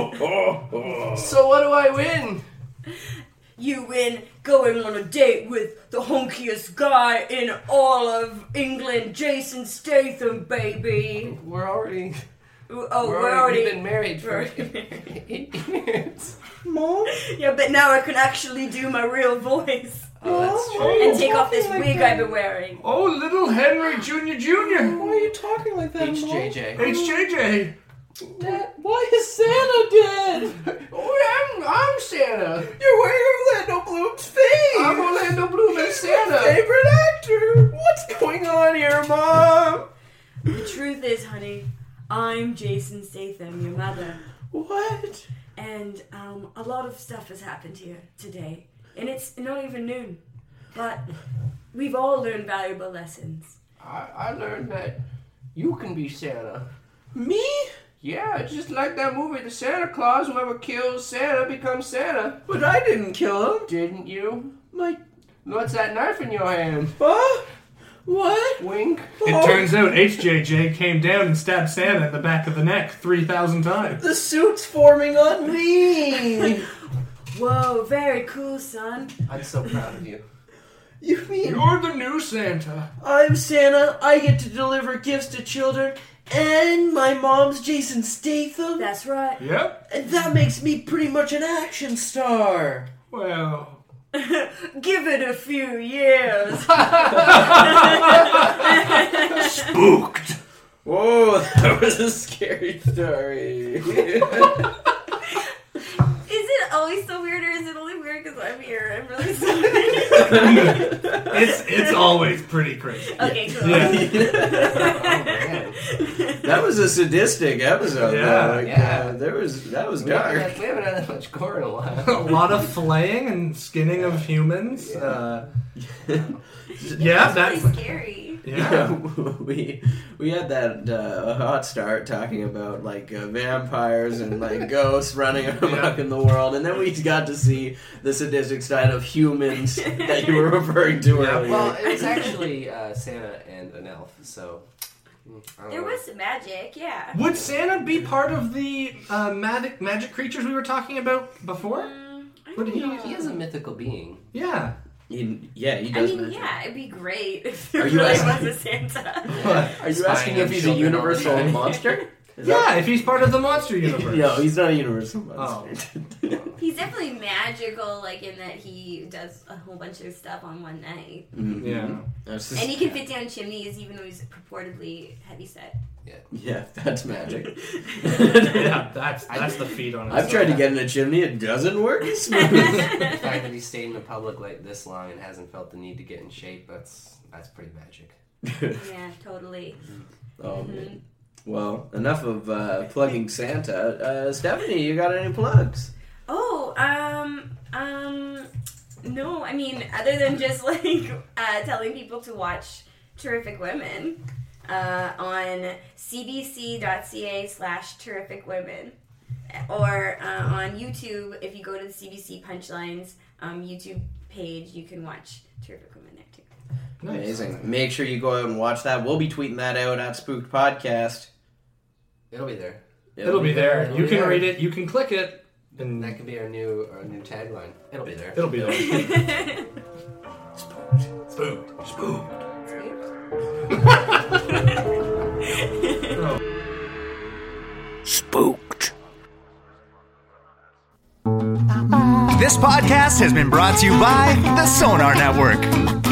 [SPEAKER 3] no!
[SPEAKER 5] so what do I win?
[SPEAKER 4] You win going on a date with the hunkiest guy in all of England, Jason Statham, baby!
[SPEAKER 5] We're already
[SPEAKER 4] Oh,
[SPEAKER 5] we're,
[SPEAKER 4] we're,
[SPEAKER 5] already, we've been married
[SPEAKER 4] we're
[SPEAKER 5] for
[SPEAKER 4] already married.
[SPEAKER 5] eight years.
[SPEAKER 4] Yeah, but now I can actually do my real voice
[SPEAKER 5] Oh, that's true.
[SPEAKER 4] and take off this wig I've been wearing.
[SPEAKER 6] Oh, little Henry Jr. Jr.
[SPEAKER 3] Why are you talking like
[SPEAKER 5] Oh,
[SPEAKER 3] that,
[SPEAKER 5] HJJ.
[SPEAKER 6] HJJ.
[SPEAKER 3] Why is Santa dead?
[SPEAKER 5] Oh, I'm, I'm Santa.
[SPEAKER 3] You're wearing Orlando Bloom's face.
[SPEAKER 5] I'm Orlando Bloom as Santa.
[SPEAKER 3] favorite actor. What's going on here, Mom?
[SPEAKER 4] The truth is, honey, I'm Jason Statham, your mother,
[SPEAKER 3] What?
[SPEAKER 4] and um, a lot of stuff has happened here today, and it's not even noon, but we've all learned valuable lessons.
[SPEAKER 5] I, I learned that you can be Santa.
[SPEAKER 3] Me?
[SPEAKER 5] Yeah, it's just like that movie, The Santa Claus. Whoever kills Santa becomes Santa.
[SPEAKER 3] But I didn't kill him.
[SPEAKER 5] Didn't you?
[SPEAKER 3] My
[SPEAKER 5] What's that knife in your hand?
[SPEAKER 3] huh? What?
[SPEAKER 5] Wink.
[SPEAKER 2] It turns out HJJ came down and stabbed Santa in the back of the neck 3,000 times.
[SPEAKER 3] The suit's forming on me.
[SPEAKER 4] Whoa, very cool, son.
[SPEAKER 5] I'm so proud of you.
[SPEAKER 3] you mean
[SPEAKER 6] You're the new Santa.
[SPEAKER 3] I'm Santa? I get to deliver gifts to children, and my mom's Jason Statham.
[SPEAKER 4] That's right.
[SPEAKER 6] Yep.
[SPEAKER 3] And that makes me pretty much an action star.
[SPEAKER 6] Well,
[SPEAKER 4] Give it a few years.
[SPEAKER 6] spooked.
[SPEAKER 3] Whoa, that was a scary story.
[SPEAKER 4] Is it always so weird, or is it only weird because I'm here? I'm really sorry.
[SPEAKER 2] It's it's always pretty crazy.
[SPEAKER 4] okay, cool.
[SPEAKER 5] Oh, Man,
[SPEAKER 3] That was a sadistic episode.
[SPEAKER 2] Yeah,
[SPEAKER 3] though. Like,
[SPEAKER 5] yeah.
[SPEAKER 3] uh, there was that was
[SPEAKER 5] we, haven't
[SPEAKER 3] dark.
[SPEAKER 5] had, we haven't had that much gore in a
[SPEAKER 2] A
[SPEAKER 5] while.
[SPEAKER 2] lot of flaying and skinning of humans. Uh, yeah,
[SPEAKER 4] That's
[SPEAKER 2] that.
[SPEAKER 4] really scary.
[SPEAKER 2] Yeah.
[SPEAKER 3] we we had that uh, hot start talking about like uh, vampires and like ghosts running amok in the world, and then we got to see the sadistic side of humans that you were referring to
[SPEAKER 2] Yeah,
[SPEAKER 3] earlier.
[SPEAKER 5] well, it was actually uh, Santa and an elf, so. mm, I don't
[SPEAKER 4] There
[SPEAKER 5] know.
[SPEAKER 4] was some magic, yeah.
[SPEAKER 2] Would Santa be part of the uh, magic magic creatures we were talking about before?
[SPEAKER 4] Mm, I
[SPEAKER 2] What
[SPEAKER 4] don't
[SPEAKER 2] do you-
[SPEAKER 4] know.
[SPEAKER 5] He is a mythical being.
[SPEAKER 2] Yeah.
[SPEAKER 3] He- yeah, he
[SPEAKER 4] I
[SPEAKER 3] does.
[SPEAKER 4] mean,
[SPEAKER 3] mention-
[SPEAKER 4] yeah, it'd be great if there
[SPEAKER 3] Are you
[SPEAKER 4] really
[SPEAKER 3] asking-
[SPEAKER 4] was a Santa.
[SPEAKER 3] Are you
[SPEAKER 5] Spying
[SPEAKER 3] asking
[SPEAKER 5] on
[SPEAKER 3] if he's a
[SPEAKER 5] children all the
[SPEAKER 3] universal
[SPEAKER 5] time.
[SPEAKER 3] monster? Is
[SPEAKER 2] Yeah, if he's part of the monster
[SPEAKER 3] that-
[SPEAKER 2] universe. Oh.
[SPEAKER 3] No, he's not a universal monster.
[SPEAKER 4] He's definitely magical, like in that he does a whole bunch of stuff on one night,
[SPEAKER 2] Yeah.
[SPEAKER 3] Mm-hmm. That's
[SPEAKER 4] and
[SPEAKER 3] just-
[SPEAKER 4] he can fit down chimneys even though he's purportedly heavy set.
[SPEAKER 3] yeah, that's magic.
[SPEAKER 2] yeah, that's that's the feed on it.
[SPEAKER 3] I've tried to get in a chimney, it doesn't work as smooth.
[SPEAKER 5] The fact that he stayed in the public like this long and hasn't felt the need to get in shape, that's that's pretty magic.
[SPEAKER 4] Yeah, totally.
[SPEAKER 3] oh, man. Well, enough of uh, plugging Santa. Uh, Stephanie, you got any plugs?
[SPEAKER 4] Oh, um, um, no, I mean, other than just like uh, telling people to watch Terrific Women uh, on cbc.ca slash terrific women. or uh, on YouTube, if you go to the CBC Punchlines um, YouTube page, you can watch Terrific Women there too.
[SPEAKER 3] Amazing. Make sure you go out and watch that. We'll be tweeting that out at Spooked Podcast.
[SPEAKER 1] It'll be there.
[SPEAKER 2] It'll be there.
[SPEAKER 1] It'll
[SPEAKER 2] You
[SPEAKER 1] be
[SPEAKER 2] can
[SPEAKER 1] there.
[SPEAKER 2] read it. You can click it, and
[SPEAKER 1] That could be our new our new tagline. It'll be there.
[SPEAKER 2] it'll be there.
[SPEAKER 1] Spooked. Spooked.
[SPEAKER 7] This podcast has been brought to you by the Sonar Network.